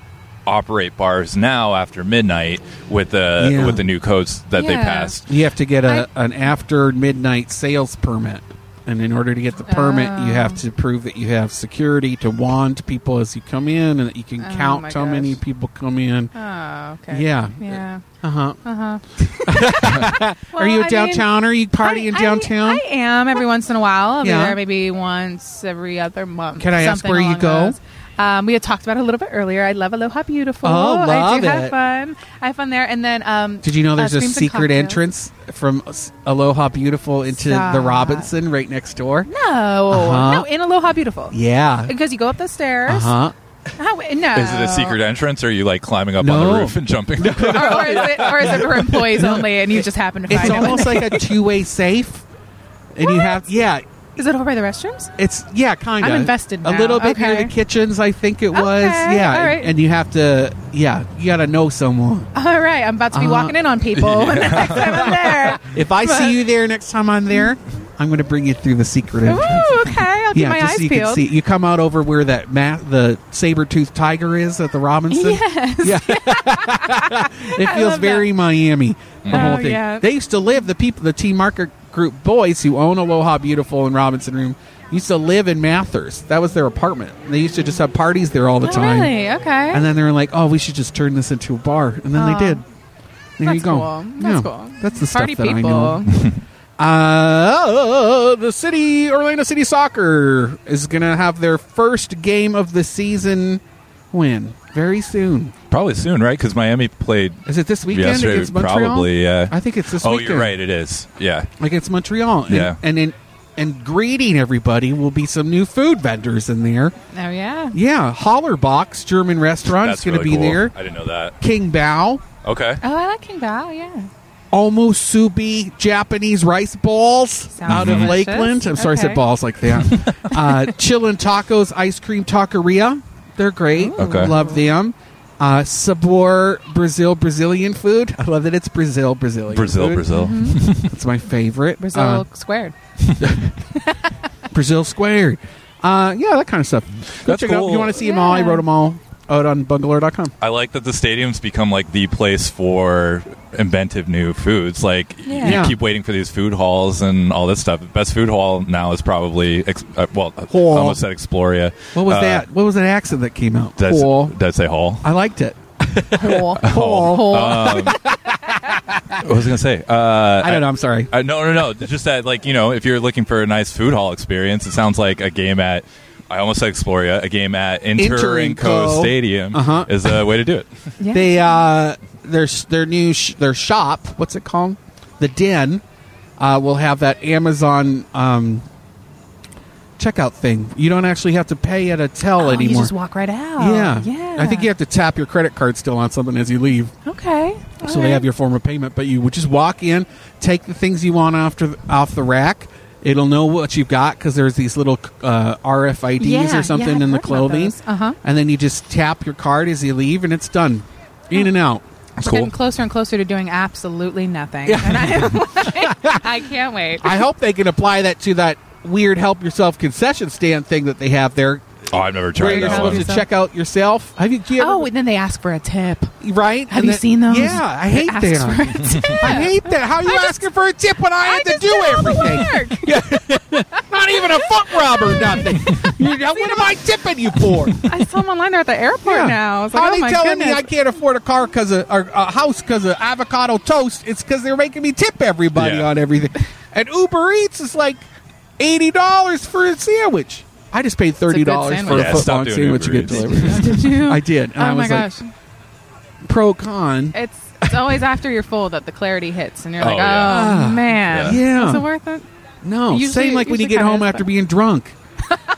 [SPEAKER 3] operate bars now after midnight with the
[SPEAKER 1] Yeah.
[SPEAKER 3] with the new codes that they
[SPEAKER 4] Yeah.
[SPEAKER 3] passed.
[SPEAKER 1] You have to get a, an after midnight sales permit. And in order to get the permit,
[SPEAKER 4] Oh.
[SPEAKER 1] you have to prove that you have security to wand people as you come in and that you can
[SPEAKER 4] Oh,
[SPEAKER 1] count
[SPEAKER 4] my
[SPEAKER 1] how many
[SPEAKER 4] gosh.
[SPEAKER 1] people come in.
[SPEAKER 4] Oh, okay.
[SPEAKER 1] Yeah.
[SPEAKER 4] Yeah.
[SPEAKER 1] Uh huh.
[SPEAKER 4] Well,
[SPEAKER 1] Are you
[SPEAKER 4] I
[SPEAKER 1] a
[SPEAKER 4] mean,
[SPEAKER 1] downtown? Are you partying
[SPEAKER 4] I- I-
[SPEAKER 1] downtown?
[SPEAKER 4] I, am every once in a while. I'll
[SPEAKER 1] Yeah.
[SPEAKER 4] be there maybe once every other month.
[SPEAKER 1] Can I ask
[SPEAKER 4] something
[SPEAKER 1] where you
[SPEAKER 4] along
[SPEAKER 1] go?
[SPEAKER 4] those. Um, we had talked about it a little bit earlier. I love Aloha Beautiful.
[SPEAKER 1] Oh,
[SPEAKER 4] I
[SPEAKER 1] love
[SPEAKER 4] do
[SPEAKER 1] it.
[SPEAKER 4] have fun. I have fun there. And then, um,
[SPEAKER 1] Did you know there's
[SPEAKER 4] uh,
[SPEAKER 1] a
[SPEAKER 4] Screams and
[SPEAKER 1] secret
[SPEAKER 4] Cocktails.
[SPEAKER 1] entrance from S- Aloha Beautiful into the
[SPEAKER 4] Stop.
[SPEAKER 1] Robinson right next door?
[SPEAKER 4] No,
[SPEAKER 1] Uh-huh.
[SPEAKER 4] no, in Aloha Beautiful.
[SPEAKER 1] Yeah.
[SPEAKER 4] Because you go up the stairs.
[SPEAKER 1] Uh huh.
[SPEAKER 4] How- no.
[SPEAKER 3] Is it a secret entrance, or are you like climbing up on
[SPEAKER 1] No.
[SPEAKER 3] the roof and jumping?
[SPEAKER 4] or, or is it, or is it for employees only and you just happen to find
[SPEAKER 1] It's
[SPEAKER 4] it?
[SPEAKER 1] almost like a two way safe. And you have, yeah,
[SPEAKER 4] Is it over by the restrooms?
[SPEAKER 1] It's yeah, kind of.
[SPEAKER 4] I'm invested
[SPEAKER 1] A
[SPEAKER 4] now.
[SPEAKER 1] little bit near
[SPEAKER 4] Okay.
[SPEAKER 1] the kitchens, I think it was.
[SPEAKER 4] Okay,
[SPEAKER 1] Yeah,
[SPEAKER 4] all right.
[SPEAKER 1] and you have to. Yeah, you got to know someone.
[SPEAKER 4] All right, I'm about to be
[SPEAKER 1] Uh-huh.
[SPEAKER 4] walking in on people when the next time I'm there.
[SPEAKER 1] If I see you there next time I'm there, I'm going to bring you through the secret entrance.
[SPEAKER 4] Ooh, okay, I'll keep
[SPEAKER 1] Yeah,
[SPEAKER 4] my
[SPEAKER 1] just
[SPEAKER 4] eyes
[SPEAKER 1] so you
[SPEAKER 4] peeled.
[SPEAKER 1] can see. You come out over where that ma- the saber toothed tiger is at the Robinson.
[SPEAKER 4] Yes.
[SPEAKER 1] Yeah, it feels
[SPEAKER 4] love
[SPEAKER 1] very Miami. The whole
[SPEAKER 4] Oh,
[SPEAKER 1] thing.
[SPEAKER 4] yeah.
[SPEAKER 1] They used to live the people, the T Market Group boys who own Aloha Beautiful and Robinson Room. Used to live in Mathers. That was their apartment. They used to just have parties there all the
[SPEAKER 4] Oh,
[SPEAKER 1] time.
[SPEAKER 4] Really? Okay.
[SPEAKER 1] And then they were like, "Oh, we should just turn this into a bar," and then
[SPEAKER 4] Aw.
[SPEAKER 1] they did. There
[SPEAKER 4] Oh. That's
[SPEAKER 1] you go.
[SPEAKER 4] Cool. That's
[SPEAKER 1] Yeah.
[SPEAKER 4] cool.
[SPEAKER 1] That's the
[SPEAKER 4] Party
[SPEAKER 1] stuff that
[SPEAKER 4] people.
[SPEAKER 1] I know. Uh, the city, Orlando City Soccer, is gonna have their first game of the season. When? Very soon.
[SPEAKER 3] probably soon, right? Because Miami played
[SPEAKER 1] Is it this weekend
[SPEAKER 3] yesterday.
[SPEAKER 1] against Montreal?
[SPEAKER 3] probably, yeah.
[SPEAKER 1] I think it's this
[SPEAKER 3] oh,
[SPEAKER 1] weekend.
[SPEAKER 3] you're right. It is. Yeah.
[SPEAKER 1] Against Montreal. And,
[SPEAKER 3] Yeah.
[SPEAKER 1] And in, and greeting everybody will be some new food vendors in there.
[SPEAKER 4] Oh yeah.
[SPEAKER 1] Yeah, Hollerbox German restaurant is
[SPEAKER 3] That's
[SPEAKER 1] going to
[SPEAKER 3] really
[SPEAKER 1] be
[SPEAKER 3] cool.
[SPEAKER 1] there.
[SPEAKER 3] I didn't know that.
[SPEAKER 1] King Bao,
[SPEAKER 3] Okay.
[SPEAKER 4] Oh, I like King Bao. Yeah.
[SPEAKER 1] Omusubi Japanese rice balls
[SPEAKER 4] Sounds
[SPEAKER 1] out of
[SPEAKER 4] delicious.
[SPEAKER 1] Lakeland. I'm sorry I said
[SPEAKER 4] Okay.
[SPEAKER 1] balls like that. uh, Chillin' Tacos Ice Cream Taqueria. They're great.
[SPEAKER 3] Okay.
[SPEAKER 1] Love them. Uh, Sabor Brazil Brazilian food. I love that it's Brazil Brazilian.
[SPEAKER 3] Brazil,
[SPEAKER 1] food.
[SPEAKER 3] Brazil.
[SPEAKER 4] Mm-hmm.
[SPEAKER 1] It's my favorite.
[SPEAKER 4] Brazil
[SPEAKER 1] Uh,
[SPEAKER 4] squared.
[SPEAKER 1] Brazil squared. Uh, yeah, that kind of stuff. Go
[SPEAKER 3] That's
[SPEAKER 1] check it out. If
[SPEAKER 3] cool.
[SPEAKER 1] you want to see them all, I
[SPEAKER 4] Yeah.
[SPEAKER 1] wrote them all out on bungalow.com.
[SPEAKER 3] I like that the stadium's become like the place for inventive new foods. Like y-
[SPEAKER 4] Yeah.
[SPEAKER 3] you keep waiting for these food halls and all this stuff. The best food hall now is probably ex- uh, well, I
[SPEAKER 1] Hall.
[SPEAKER 3] almost said Exploria.
[SPEAKER 1] What was
[SPEAKER 3] Uh,
[SPEAKER 1] that? What was that accent that came out?
[SPEAKER 3] Did I, s-
[SPEAKER 1] Hall.
[SPEAKER 3] did I say hall?
[SPEAKER 1] I liked it.
[SPEAKER 4] Hole.
[SPEAKER 1] Hall.
[SPEAKER 4] Hole.
[SPEAKER 3] What was I going to say? Uh,
[SPEAKER 1] I don't know. I'm sorry.
[SPEAKER 3] Uh, no, no, no. Just that, like, you know, if you're looking for a nice food hall experience, it sounds like a game at, I almost said Exploria, a game at Inter
[SPEAKER 1] Interenco.
[SPEAKER 3] Co. Stadium
[SPEAKER 1] Uh-huh.
[SPEAKER 3] is a way to do it.
[SPEAKER 4] Yeah.
[SPEAKER 1] They uh, their their new sh- their shop. What's it called? The Den. Uh, will have that Amazon um, checkout thing. You don't actually have to pay at a tell
[SPEAKER 4] Oh, you
[SPEAKER 1] anymore.
[SPEAKER 4] just walk right out.
[SPEAKER 1] yeah,
[SPEAKER 4] Yeah.
[SPEAKER 1] I think you have to tap your credit card still on something as you leave,
[SPEAKER 4] Okay.
[SPEAKER 1] so they have your form of payment. But you would just walk in, take the things you want off the, off the rack. It'll know what you've got because there's these little uh, RFIDs
[SPEAKER 4] Yeah, yeah,
[SPEAKER 1] or something
[SPEAKER 4] I've
[SPEAKER 1] in the
[SPEAKER 4] heard about
[SPEAKER 1] clothing,
[SPEAKER 4] those. Uh-huh.
[SPEAKER 1] and then you just tap your card as you leave, and it's done,
[SPEAKER 4] Oh.
[SPEAKER 1] in and out.
[SPEAKER 3] It's
[SPEAKER 4] We're
[SPEAKER 3] cool.
[SPEAKER 4] getting closer and closer to doing absolutely nothing. And I'm like, I can't wait.
[SPEAKER 1] I hope they can apply that to that weird help yourself concession stand thing that they have there.
[SPEAKER 3] Oh, I've never
[SPEAKER 1] Where
[SPEAKER 3] tried
[SPEAKER 1] you're
[SPEAKER 3] that
[SPEAKER 1] supposed
[SPEAKER 3] one.
[SPEAKER 1] to check out yourself. Have you? do you
[SPEAKER 4] Oh,
[SPEAKER 1] ever,
[SPEAKER 4] and then they ask for a tip.
[SPEAKER 1] right.
[SPEAKER 4] Have
[SPEAKER 1] And
[SPEAKER 4] you
[SPEAKER 1] that-
[SPEAKER 4] seen those?
[SPEAKER 1] Yeah, I
[SPEAKER 4] They
[SPEAKER 1] hate
[SPEAKER 4] ask
[SPEAKER 1] that.
[SPEAKER 4] for a tip.
[SPEAKER 1] I hate that. How are you
[SPEAKER 4] I just-
[SPEAKER 1] asking for a tip when I,
[SPEAKER 4] I
[SPEAKER 1] had to
[SPEAKER 4] just
[SPEAKER 1] do
[SPEAKER 4] did all the
[SPEAKER 1] everything?
[SPEAKER 4] work.
[SPEAKER 1] Not even a foot rub or nothing. You- what am I tipping you for?
[SPEAKER 4] I saw them online. They're at the airport
[SPEAKER 1] Yeah.
[SPEAKER 4] now. I was like,
[SPEAKER 1] How
[SPEAKER 4] oh
[SPEAKER 1] are they
[SPEAKER 4] my
[SPEAKER 1] telling
[SPEAKER 4] goodness.
[SPEAKER 1] me I can't afford a car because of or a house because of avocado toast? It's because they're making me tip everybody
[SPEAKER 3] Yeah.
[SPEAKER 1] on everything. And Uber Eats is like eighty dollars for a sandwich. I just paid
[SPEAKER 4] a
[SPEAKER 1] thirty
[SPEAKER 4] good
[SPEAKER 1] dollars for
[SPEAKER 4] sandwich.
[SPEAKER 1] a
[SPEAKER 3] Yeah,
[SPEAKER 1] foot
[SPEAKER 3] stop
[SPEAKER 1] long
[SPEAKER 3] doing
[SPEAKER 1] sandwich you
[SPEAKER 3] Uber
[SPEAKER 1] get
[SPEAKER 3] Eats.
[SPEAKER 1] delivered.
[SPEAKER 4] Did you?
[SPEAKER 1] I did, and
[SPEAKER 4] oh
[SPEAKER 1] I
[SPEAKER 4] my
[SPEAKER 1] was like,
[SPEAKER 4] gosh. Uh,
[SPEAKER 1] pro con.
[SPEAKER 4] it's it's always after you're full that the clarity hits, and you're like,
[SPEAKER 3] Oh, yeah.
[SPEAKER 4] oh man,
[SPEAKER 1] Ah, Yeah.
[SPEAKER 4] was it worth it?
[SPEAKER 1] No,
[SPEAKER 4] Usually-
[SPEAKER 1] same like when you
[SPEAKER 4] usually
[SPEAKER 1] get
[SPEAKER 4] kinda
[SPEAKER 1] home
[SPEAKER 4] is,
[SPEAKER 1] after
[SPEAKER 4] but-
[SPEAKER 1] being drunk.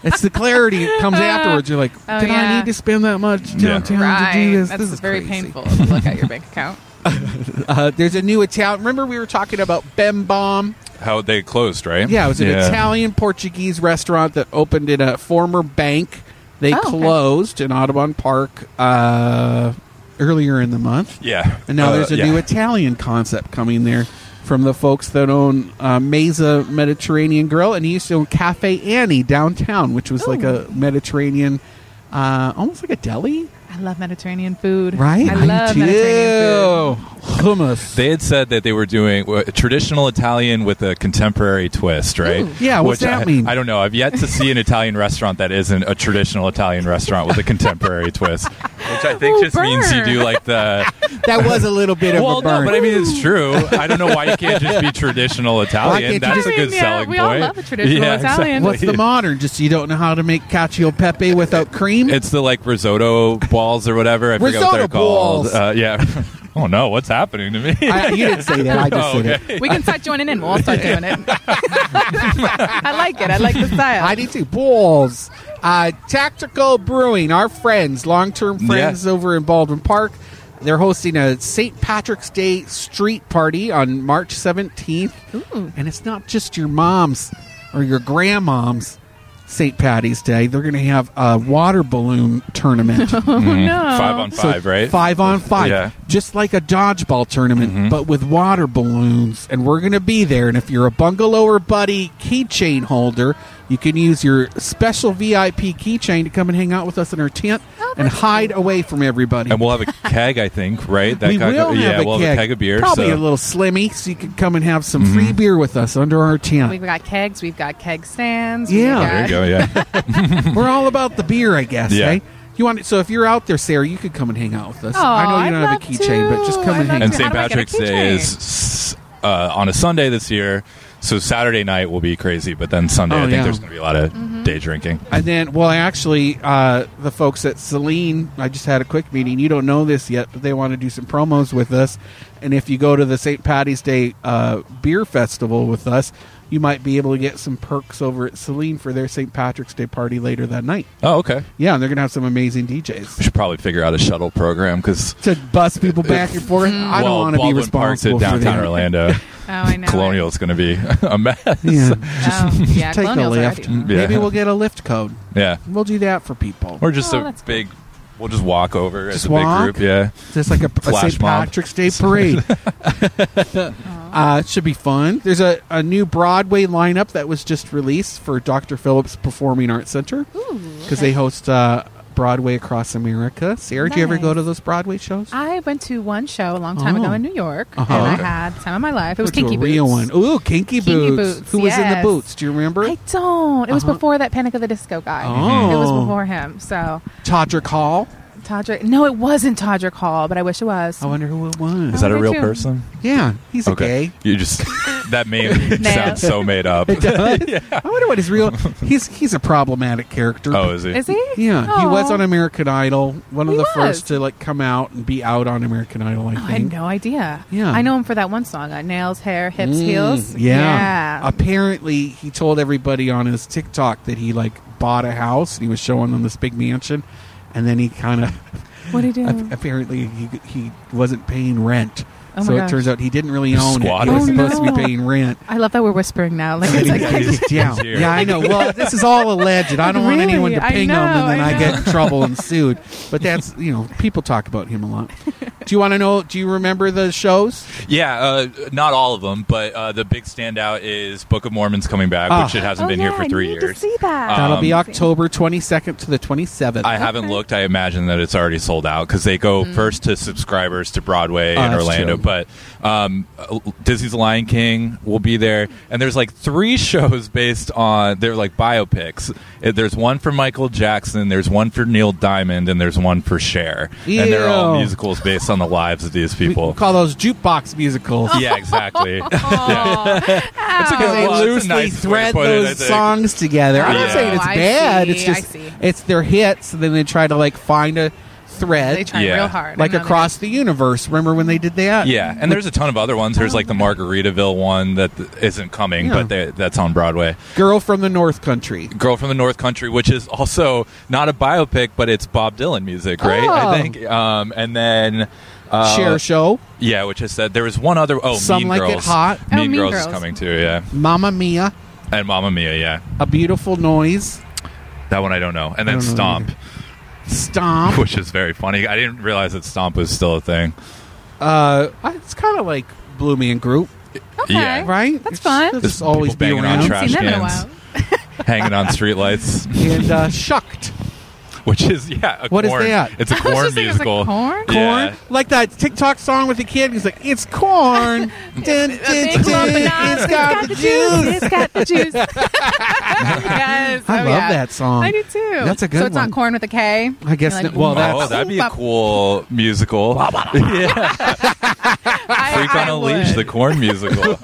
[SPEAKER 1] It's the clarity that comes afterwards. You're like,
[SPEAKER 4] Oh,
[SPEAKER 1] did I
[SPEAKER 4] yeah.
[SPEAKER 1] need to spend that much downtown to do this?
[SPEAKER 4] That's
[SPEAKER 1] this is
[SPEAKER 4] very
[SPEAKER 1] crazy.
[SPEAKER 4] painful. If you look at your bank account.
[SPEAKER 1] Uh, there's a new Italian. Remember, we were talking about Bem Bomb?
[SPEAKER 3] How they closed, right?
[SPEAKER 1] Yeah, it was an
[SPEAKER 3] Yeah.
[SPEAKER 1] Italian Portuguese restaurant that opened in a former bank. They
[SPEAKER 4] Oh, okay.
[SPEAKER 1] closed in Audubon Park uh, earlier in the month,
[SPEAKER 3] Yeah.
[SPEAKER 1] and now
[SPEAKER 3] Uh,
[SPEAKER 1] there's a
[SPEAKER 3] yeah.
[SPEAKER 1] new Italian concept coming there from the folks that own uh, Mesa Mediterranean Grill, and he used to own Cafe Annie downtown, which was like a Mediterranean, uh, almost like a deli,
[SPEAKER 4] I love Mediterranean food.
[SPEAKER 1] right?
[SPEAKER 4] I love Mediterranean food.
[SPEAKER 1] hummus.
[SPEAKER 3] They had said that they were doing uh, traditional Italian with a contemporary twist, right?
[SPEAKER 4] Ooh.
[SPEAKER 1] Yeah, what's
[SPEAKER 3] Which
[SPEAKER 1] that
[SPEAKER 3] I,
[SPEAKER 1] mean?
[SPEAKER 3] I don't know. I've yet to see an Italian restaurant that isn't a traditional Italian restaurant with a contemporary twist, which I think
[SPEAKER 4] Ooh,
[SPEAKER 3] just means you do
[SPEAKER 4] burn.
[SPEAKER 3] like the
[SPEAKER 1] that was a little bit of
[SPEAKER 3] well,
[SPEAKER 1] a burn.
[SPEAKER 3] no, but I mean it's true. I don't know why you can't just be traditional Italian.
[SPEAKER 1] can't you
[SPEAKER 3] That's
[SPEAKER 1] just-
[SPEAKER 3] a
[SPEAKER 4] I mean,
[SPEAKER 3] good
[SPEAKER 4] yeah,
[SPEAKER 3] selling
[SPEAKER 4] we all
[SPEAKER 3] point.
[SPEAKER 4] love a traditional Italian.
[SPEAKER 1] What's the modern? Just you don't know how to make cacio e pepe without cream.
[SPEAKER 3] It's the like risotto balls or whatever. I forget what
[SPEAKER 1] Risotto
[SPEAKER 3] they're called.
[SPEAKER 1] balls.
[SPEAKER 3] Uh, yeah. oh no, what's happening to me?
[SPEAKER 1] I, you didn't say that. I just
[SPEAKER 3] Oh,
[SPEAKER 1] said
[SPEAKER 3] okay.
[SPEAKER 1] it.
[SPEAKER 4] We can start joining in. We'll all start doing it. I like it. I like the style.
[SPEAKER 1] I need to balls. Uh, Tactical Brewing, our friends, long-term friends
[SPEAKER 3] Yeah.
[SPEAKER 1] over in Baldwin Park. They're hosting a St. Patrick's Day street party on March 17th. And it's not just your mom's or your grandmom's St. Patty's Day. They're going to have a water balloon tournament.
[SPEAKER 3] Five on
[SPEAKER 1] So
[SPEAKER 3] five, right?
[SPEAKER 1] Five on five.
[SPEAKER 3] Yeah. Mm-hmm.
[SPEAKER 1] Just like a dodgeball tournament, but with water balloons. And we're going to be there. And if you're a bungalower buddy keychain holder, you can use your special VIP keychain to come and hang out with us in our tent
[SPEAKER 4] Oh,
[SPEAKER 1] and hide away from everybody.
[SPEAKER 3] And we'll have a keg, I think, right?
[SPEAKER 1] we
[SPEAKER 3] guy-
[SPEAKER 1] will
[SPEAKER 3] yeah,
[SPEAKER 1] have a
[SPEAKER 3] we'll
[SPEAKER 1] keg.
[SPEAKER 3] have a keg of beer.
[SPEAKER 1] Probably
[SPEAKER 3] so. Mm-hmm.
[SPEAKER 1] a little slimmy, so you can come and have some free beer with us under our
[SPEAKER 4] We've
[SPEAKER 1] tent.
[SPEAKER 4] got kegs. We've got keg stands.
[SPEAKER 1] Yeah.
[SPEAKER 3] There you
[SPEAKER 4] we've got-
[SPEAKER 3] go. Yeah.
[SPEAKER 1] We're all about the beer, I guess.
[SPEAKER 3] Yeah.
[SPEAKER 1] eh? You want it, so if you're out there, Sarah, you could come and hang out with us.
[SPEAKER 4] Oh,
[SPEAKER 1] I know you don't have
[SPEAKER 4] I'd
[SPEAKER 1] a
[SPEAKER 4] love
[SPEAKER 1] keychain,
[SPEAKER 4] to.
[SPEAKER 1] but just come
[SPEAKER 4] I'd
[SPEAKER 1] and
[SPEAKER 4] love
[SPEAKER 1] hang out.
[SPEAKER 4] to.
[SPEAKER 3] and
[SPEAKER 4] How
[SPEAKER 3] St.
[SPEAKER 4] do I get a
[SPEAKER 3] Patrick's Day is s- uh, on a Sunday this year, so Saturday night will be crazy. But then Sunday,
[SPEAKER 1] Oh,
[SPEAKER 3] I think
[SPEAKER 1] yeah.
[SPEAKER 3] there's going to be a lot of
[SPEAKER 4] Mm-hmm.
[SPEAKER 3] day drinking.
[SPEAKER 1] And then, well, actually, uh, the folks at Celine, I just had a quick meeting. You don't know this yet, but they want to do some promos with us. And if you go to the St. Patty's Day uh, Beer Festival with us, you might be able to get some perks over at Celine for their St. Patrick's Day party later that night.
[SPEAKER 3] Oh, okay.
[SPEAKER 1] Yeah, and they're going to have some amazing
[SPEAKER 3] We
[SPEAKER 1] DJs
[SPEAKER 3] should probably figure out a shuttle program because
[SPEAKER 1] to bus people back and forth. I don't want to be responsible for
[SPEAKER 3] downtown
[SPEAKER 1] that.
[SPEAKER 3] Orlando.
[SPEAKER 4] Oh, I know. it.
[SPEAKER 3] Colonial is going to be a mess.
[SPEAKER 1] Yeah,
[SPEAKER 4] Oh, yeah,
[SPEAKER 1] take a
[SPEAKER 4] Colonial's
[SPEAKER 1] lift.
[SPEAKER 4] already-
[SPEAKER 1] Maybe
[SPEAKER 3] Yeah.
[SPEAKER 1] we'll get a lift code.
[SPEAKER 3] Yeah,
[SPEAKER 1] We'll do that for people.
[SPEAKER 3] or just
[SPEAKER 4] Oh,
[SPEAKER 3] a
[SPEAKER 4] that's cool.
[SPEAKER 3] big We'll just walk over
[SPEAKER 1] Just
[SPEAKER 3] as a
[SPEAKER 1] walk.
[SPEAKER 3] big group. Yeah.
[SPEAKER 1] Just like a, a
[SPEAKER 3] Flash
[SPEAKER 1] St.
[SPEAKER 3] mob.
[SPEAKER 1] Patrick's Day parade. uh, it should be fun. There's a, a new Broadway lineup that was just released for Dr. Phillips Performing Arts Center because they host uh, Broadway across America. Sarah, do you ever
[SPEAKER 4] Nice. Ah,
[SPEAKER 1] go to those Broadway shows?
[SPEAKER 4] I went to one show a long time
[SPEAKER 1] Oh.
[SPEAKER 4] ago in New York,
[SPEAKER 1] Uh-huh.
[SPEAKER 4] and I
[SPEAKER 1] Okay.
[SPEAKER 4] had the time of my life. It was
[SPEAKER 1] Go to
[SPEAKER 4] Kinky
[SPEAKER 1] a real
[SPEAKER 4] Boots.
[SPEAKER 1] one. Ooh, Kinky,
[SPEAKER 4] Kinky
[SPEAKER 1] Boots.
[SPEAKER 4] Boots,
[SPEAKER 1] Who was in the
[SPEAKER 4] yes.
[SPEAKER 1] boots? Do you remember?
[SPEAKER 4] I don't. It was
[SPEAKER 1] Uh-huh.
[SPEAKER 4] before that Panic of the Disco guy.
[SPEAKER 1] Oh.
[SPEAKER 4] It was before him. So
[SPEAKER 1] Todrick Hall.
[SPEAKER 4] Todrick. No, it wasn't Todrick Hall, but I wish it was.
[SPEAKER 1] I wonder who it was.
[SPEAKER 3] Is that a
[SPEAKER 4] Oh, me
[SPEAKER 3] real
[SPEAKER 4] too.
[SPEAKER 3] person?
[SPEAKER 1] yeah, he's a gay.
[SPEAKER 3] You just that meme
[SPEAKER 4] No.
[SPEAKER 3] sounds so made up.
[SPEAKER 1] I wonder what his real. He's he's a problematic character.
[SPEAKER 3] Oh, is he?
[SPEAKER 4] Is he? Oh.
[SPEAKER 1] Yeah, he was
[SPEAKER 4] Aw.
[SPEAKER 1] on American Idol. One of
[SPEAKER 4] He
[SPEAKER 1] the
[SPEAKER 4] was.
[SPEAKER 1] first to like come out and be out on American Idol. I
[SPEAKER 4] Oh, I had
[SPEAKER 1] think.
[SPEAKER 4] no idea.
[SPEAKER 1] Yeah. Mm,
[SPEAKER 4] I know him for that one song. Uh, nails, hair, hips, heels.
[SPEAKER 1] Yeah.
[SPEAKER 4] Yeah.
[SPEAKER 1] Apparently, he told everybody on his TikTok that he like bought a house and he was showing them this big mansion, and then he kind of
[SPEAKER 4] what do you do?
[SPEAKER 1] apparently he he wasn't paying rent.
[SPEAKER 4] Mm. Oh my
[SPEAKER 1] so it
[SPEAKER 4] gosh.
[SPEAKER 1] turns out he didn't really
[SPEAKER 3] Just
[SPEAKER 1] own it. He
[SPEAKER 3] squatting.
[SPEAKER 1] was
[SPEAKER 4] Oh,
[SPEAKER 1] supposed to
[SPEAKER 4] no.
[SPEAKER 1] be paying rent.
[SPEAKER 4] I love that we're whispering now. Like it's like
[SPEAKER 1] yeah,
[SPEAKER 3] here.
[SPEAKER 1] yeah, I know. Well, this is all alleged. I don't want
[SPEAKER 4] Really?
[SPEAKER 1] anyone to
[SPEAKER 4] I
[SPEAKER 1] ping
[SPEAKER 4] know,
[SPEAKER 1] him, and then I,
[SPEAKER 4] I
[SPEAKER 1] get in trouble and sued. But that's you know, people talk about him a lot. Do you want to know? Do you remember the shows?
[SPEAKER 3] Yeah, uh, not all of them, but uh, the big standout is Book of Mormon's coming back,
[SPEAKER 1] Ah.
[SPEAKER 3] which it hasn't
[SPEAKER 4] oh,
[SPEAKER 3] been
[SPEAKER 4] yeah,
[SPEAKER 3] here for three
[SPEAKER 4] I need
[SPEAKER 3] years.
[SPEAKER 4] To see that.
[SPEAKER 1] That'll be
[SPEAKER 3] Um,
[SPEAKER 1] October twenty second to the twenty seventh.
[SPEAKER 3] I haven't looked. I imagine that it's already sold out because they go
[SPEAKER 4] Mm.
[SPEAKER 3] first to subscribers to Broadway
[SPEAKER 1] Oh,
[SPEAKER 4] Ah,
[SPEAKER 3] in
[SPEAKER 1] that's
[SPEAKER 3] Orlando.
[SPEAKER 1] true.
[SPEAKER 3] But um, uh, Disney's Lion King will be there, and there's like three shows based on they're like biopics. Uh, There's one for Michael Jackson, there's one for Neil Diamond, and there's one for Cher, and they're all
[SPEAKER 1] Ew.
[SPEAKER 3] musicals based on the lives of these people.
[SPEAKER 1] call those jukebox musicals.
[SPEAKER 4] Oh.
[SPEAKER 3] yeah, exactly. yeah. It's a good-
[SPEAKER 1] Because they
[SPEAKER 3] well, it's a
[SPEAKER 1] loosely
[SPEAKER 3] nice way to
[SPEAKER 1] thread
[SPEAKER 3] put it, I
[SPEAKER 1] those
[SPEAKER 3] think.
[SPEAKER 1] songs together. I'm not
[SPEAKER 3] Oh,
[SPEAKER 1] saying it's
[SPEAKER 4] I
[SPEAKER 1] bad.
[SPEAKER 4] see,
[SPEAKER 1] It's just
[SPEAKER 4] I see.
[SPEAKER 1] it's their hits, and then they try to like find a thread.
[SPEAKER 4] they try
[SPEAKER 3] Yeah.
[SPEAKER 4] real hard.
[SPEAKER 1] like
[SPEAKER 4] I know they-
[SPEAKER 1] across the universe. Remember when they did that?
[SPEAKER 3] Yeah, and there's a ton of other ones. There's like the Margaritaville one that th- isn't coming,
[SPEAKER 1] Yeah.
[SPEAKER 3] but they, that's on Broadway.
[SPEAKER 1] Girl from the North Country.
[SPEAKER 3] Girl from the North Country, which is also not a biopic, but it's Bob Dylan music, right?
[SPEAKER 1] Oh.
[SPEAKER 3] I think. Um, and then, uh,
[SPEAKER 1] Share show.
[SPEAKER 3] yeah, which I said there was one other. Oh,
[SPEAKER 1] Some
[SPEAKER 3] Mean
[SPEAKER 1] Like It
[SPEAKER 3] Girls.
[SPEAKER 1] Hot.
[SPEAKER 4] Oh,
[SPEAKER 3] Mean,
[SPEAKER 4] Mean
[SPEAKER 3] Girls, is
[SPEAKER 4] Girls.
[SPEAKER 3] coming too. Yeah,
[SPEAKER 1] Mamma Mia.
[SPEAKER 3] and Mamma Mia. Yeah,
[SPEAKER 1] A Beautiful Noise.
[SPEAKER 3] that one I don't know. And
[SPEAKER 1] I
[SPEAKER 3] then
[SPEAKER 1] don't know
[SPEAKER 3] Stomp,
[SPEAKER 1] Stomp.
[SPEAKER 3] which is very funny. I didn't realize that Stomp was still a thing.
[SPEAKER 1] Uh, it's kind of like Blue Man Group,
[SPEAKER 4] Okay.
[SPEAKER 3] Yeah.
[SPEAKER 1] right? It's-
[SPEAKER 4] That's fun.
[SPEAKER 1] they'll
[SPEAKER 3] Just
[SPEAKER 1] Just always be
[SPEAKER 3] people banging on
[SPEAKER 1] around.
[SPEAKER 3] trash
[SPEAKER 4] Seen them in a
[SPEAKER 3] cans.
[SPEAKER 4] while.
[SPEAKER 3] Hanging on streetlights,
[SPEAKER 1] And uh, Shucked.
[SPEAKER 3] which is yeah, a
[SPEAKER 1] What is
[SPEAKER 3] corn.
[SPEAKER 1] that?
[SPEAKER 3] It's a
[SPEAKER 4] I was
[SPEAKER 3] corn
[SPEAKER 4] just thinking, it's like
[SPEAKER 3] musical.
[SPEAKER 4] corn?
[SPEAKER 1] Corn.
[SPEAKER 3] Yeah.
[SPEAKER 1] Like that TikTok song with the kid. He's like, it's corn. dun, dun, dun,
[SPEAKER 4] Big lump of nuts.
[SPEAKER 1] it's got the juice.
[SPEAKER 4] It's got the juice. yes.
[SPEAKER 1] I
[SPEAKER 4] Oh,
[SPEAKER 1] love
[SPEAKER 4] yeah.
[SPEAKER 1] that song.
[SPEAKER 4] I do too.
[SPEAKER 1] Um, That's a good
[SPEAKER 4] So it's
[SPEAKER 1] one.
[SPEAKER 4] not corn with a K.
[SPEAKER 1] I guess
[SPEAKER 4] You're
[SPEAKER 1] no- well, that's-
[SPEAKER 3] Oh, that'd be a cool musical.
[SPEAKER 4] I-
[SPEAKER 3] Freak on
[SPEAKER 4] I
[SPEAKER 3] a Leash,
[SPEAKER 4] would.
[SPEAKER 3] the corn musical.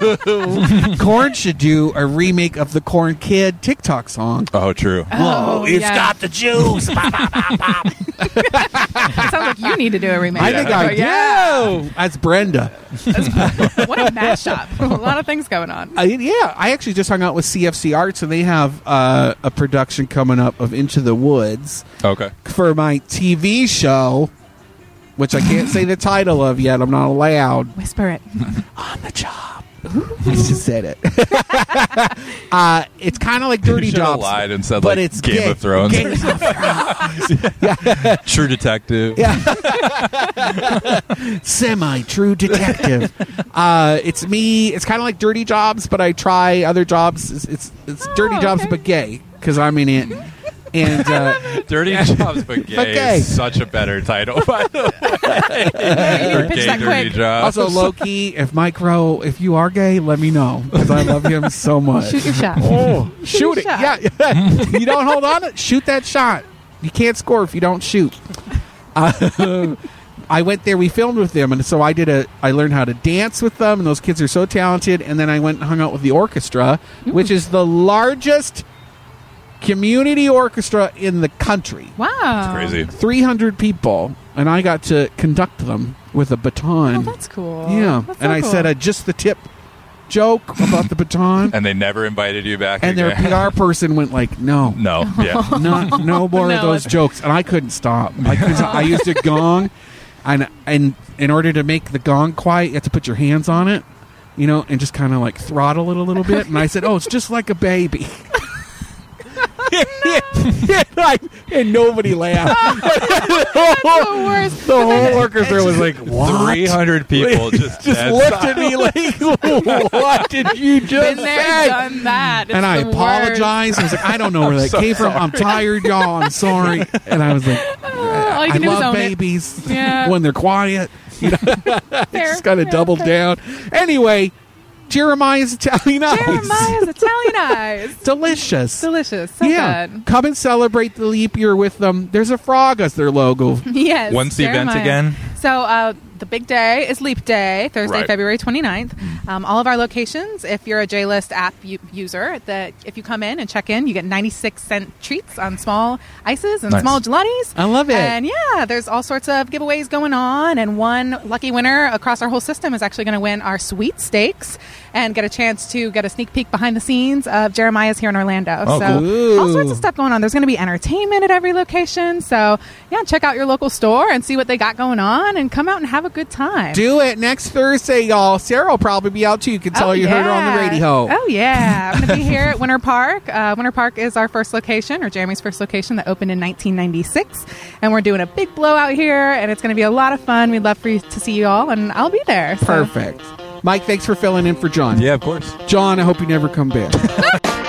[SPEAKER 1] Corn should do a remake of the Corn Kid TikTok song.
[SPEAKER 3] oh, true.
[SPEAKER 4] Oh,
[SPEAKER 1] it's
[SPEAKER 4] yeah.
[SPEAKER 1] got the juice.
[SPEAKER 4] It sounds like you need to do a remake.
[SPEAKER 1] I think
[SPEAKER 4] But
[SPEAKER 1] I do.
[SPEAKER 4] Oh, yeah.
[SPEAKER 1] That's Brenda.
[SPEAKER 4] What a mashup. a lot of things going on.
[SPEAKER 1] I, yeah, I actually just hung out with CFC Arts, and they have uh, a production coming up of Into the Woods
[SPEAKER 3] Okay.
[SPEAKER 1] for my TV show, which I can't say the title of yet. I'm not allowed.
[SPEAKER 4] Whisper it.
[SPEAKER 1] On the job. I just said it. uh, it's kind of like Dirty
[SPEAKER 3] you should have
[SPEAKER 1] Jobs,
[SPEAKER 3] lied and said
[SPEAKER 1] but
[SPEAKER 3] like
[SPEAKER 1] it's
[SPEAKER 3] Game
[SPEAKER 1] gay.
[SPEAKER 3] of Thrones,
[SPEAKER 1] Game of
[SPEAKER 3] True Detective.
[SPEAKER 1] Yeah. Semi true detective. Uh, it's me. It's kind of like dirty jobs, but I try other jobs. It's it's, it's dirty
[SPEAKER 4] Oh,
[SPEAKER 1] jobs,
[SPEAKER 4] okay.
[SPEAKER 1] but gay because I'm in it. And uh,
[SPEAKER 3] Dirty Jobs, but gay,
[SPEAKER 1] gay.
[SPEAKER 3] is such a better title. By the
[SPEAKER 4] you
[SPEAKER 3] way,
[SPEAKER 4] need to
[SPEAKER 3] For
[SPEAKER 4] pitch
[SPEAKER 3] gay
[SPEAKER 4] that
[SPEAKER 3] Dirty
[SPEAKER 4] quick.
[SPEAKER 3] Jobs.
[SPEAKER 1] also Loki. If Micro, if you are gay, let me know because I love him so much.
[SPEAKER 4] Shoot your shot.
[SPEAKER 1] Oh, shoot it!
[SPEAKER 4] your
[SPEAKER 1] Yeah, you don't hold on it. Shoot that shot. You can't score if you don't shoot. Uh, I went there. We filmed with them, and so I did a. I learned how to dance with them, and those kids are so talented. And then I went and hung out with the orchestra, which is the largest community orchestra in the country.
[SPEAKER 4] Wow.
[SPEAKER 3] Crazy.
[SPEAKER 1] Three hundred people, and I got to conduct them with a baton.
[SPEAKER 4] Oh, that's cool.
[SPEAKER 1] yeah,
[SPEAKER 4] That's so
[SPEAKER 1] and I
[SPEAKER 4] cool.
[SPEAKER 1] said a just the tip joke about the baton.
[SPEAKER 3] And they never invited you back.
[SPEAKER 1] And their
[SPEAKER 3] again.
[SPEAKER 1] PR person went like, "No,
[SPEAKER 3] No. Yeah.
[SPEAKER 1] no, no more of
[SPEAKER 4] No.
[SPEAKER 1] those jokes. And I couldn't stop. I, couldn't stop. I used a gong, and and in order to make the gong quiet, you have to put your hands on it, you know, and just kind of like throttle it a little bit. And I said, "Oh, it's just like a baby." like, and nobody laughed.
[SPEAKER 4] the worst.
[SPEAKER 1] The whole orchestra was like, what?
[SPEAKER 3] 300 people just,
[SPEAKER 1] just
[SPEAKER 3] dead
[SPEAKER 1] looked at me like, what did you just
[SPEAKER 4] Been there,
[SPEAKER 1] say?
[SPEAKER 4] done that. It's
[SPEAKER 1] and I
[SPEAKER 4] the worst.
[SPEAKER 1] apologized. I was like, I don't know where that came from. I'm tired, y'all. I'm sorry. And I was like,
[SPEAKER 4] All you
[SPEAKER 1] I
[SPEAKER 4] can do is
[SPEAKER 1] love
[SPEAKER 4] own it.
[SPEAKER 1] babies
[SPEAKER 4] Yeah.
[SPEAKER 1] when they're quiet.
[SPEAKER 4] Fair.
[SPEAKER 1] Just kind of doubled down. Anyway, Jeremiah's Italian Eyes.
[SPEAKER 4] Jeremiah's Italian eyes.
[SPEAKER 1] Delicious.
[SPEAKER 4] Delicious. So
[SPEAKER 1] yeah.
[SPEAKER 4] good.
[SPEAKER 1] Come and celebrate the leap year with them. There's a frog as their logo.
[SPEAKER 4] Yes.
[SPEAKER 3] When's the event
[SPEAKER 4] Jeremiah.
[SPEAKER 3] again?
[SPEAKER 4] So uh, the big day is Leap Day, Thursday,
[SPEAKER 3] Right. Mm.
[SPEAKER 4] February 29th. Um, all of our locations, if you're a J-List app u- user, that if you come in and check in, you get 96 cent treats on small ices and
[SPEAKER 3] Nice.
[SPEAKER 4] small gelatis.
[SPEAKER 1] I love it.
[SPEAKER 4] And yeah, there's all sorts of giveaways going on, and one lucky winner across our whole system is actually going to win our sweet steaks and get a chance to get a sneak peek behind the scenes of Jeremiah's here in Orlando.
[SPEAKER 3] Oh,
[SPEAKER 4] so
[SPEAKER 1] cool.
[SPEAKER 4] all sorts
[SPEAKER 1] Ooh.
[SPEAKER 4] of stuff going on. There's going to be entertainment at every location. So yeah, check out your local store and see what they got going on, and come out and have a good time.
[SPEAKER 1] Do it next Thursday, y'all. Sarah will probably be out too. You can tell
[SPEAKER 4] Oh,
[SPEAKER 1] you heard her on the
[SPEAKER 4] yeah.
[SPEAKER 1] radio.
[SPEAKER 4] Oh yeah, I'm going to be here at Winter Park. Uh, Winter Park is our first location, or Jeremy's first location that opened in 1996, and we're doing a big blowout here, and it's going to be a lot of fun. We'd love for you to see you all, and I'll be there. So-
[SPEAKER 1] Perfect. Mike, thanks for filling in for John.
[SPEAKER 3] Yeah, of course.
[SPEAKER 1] John, I hope you never come back.
[SPEAKER 2] Oh,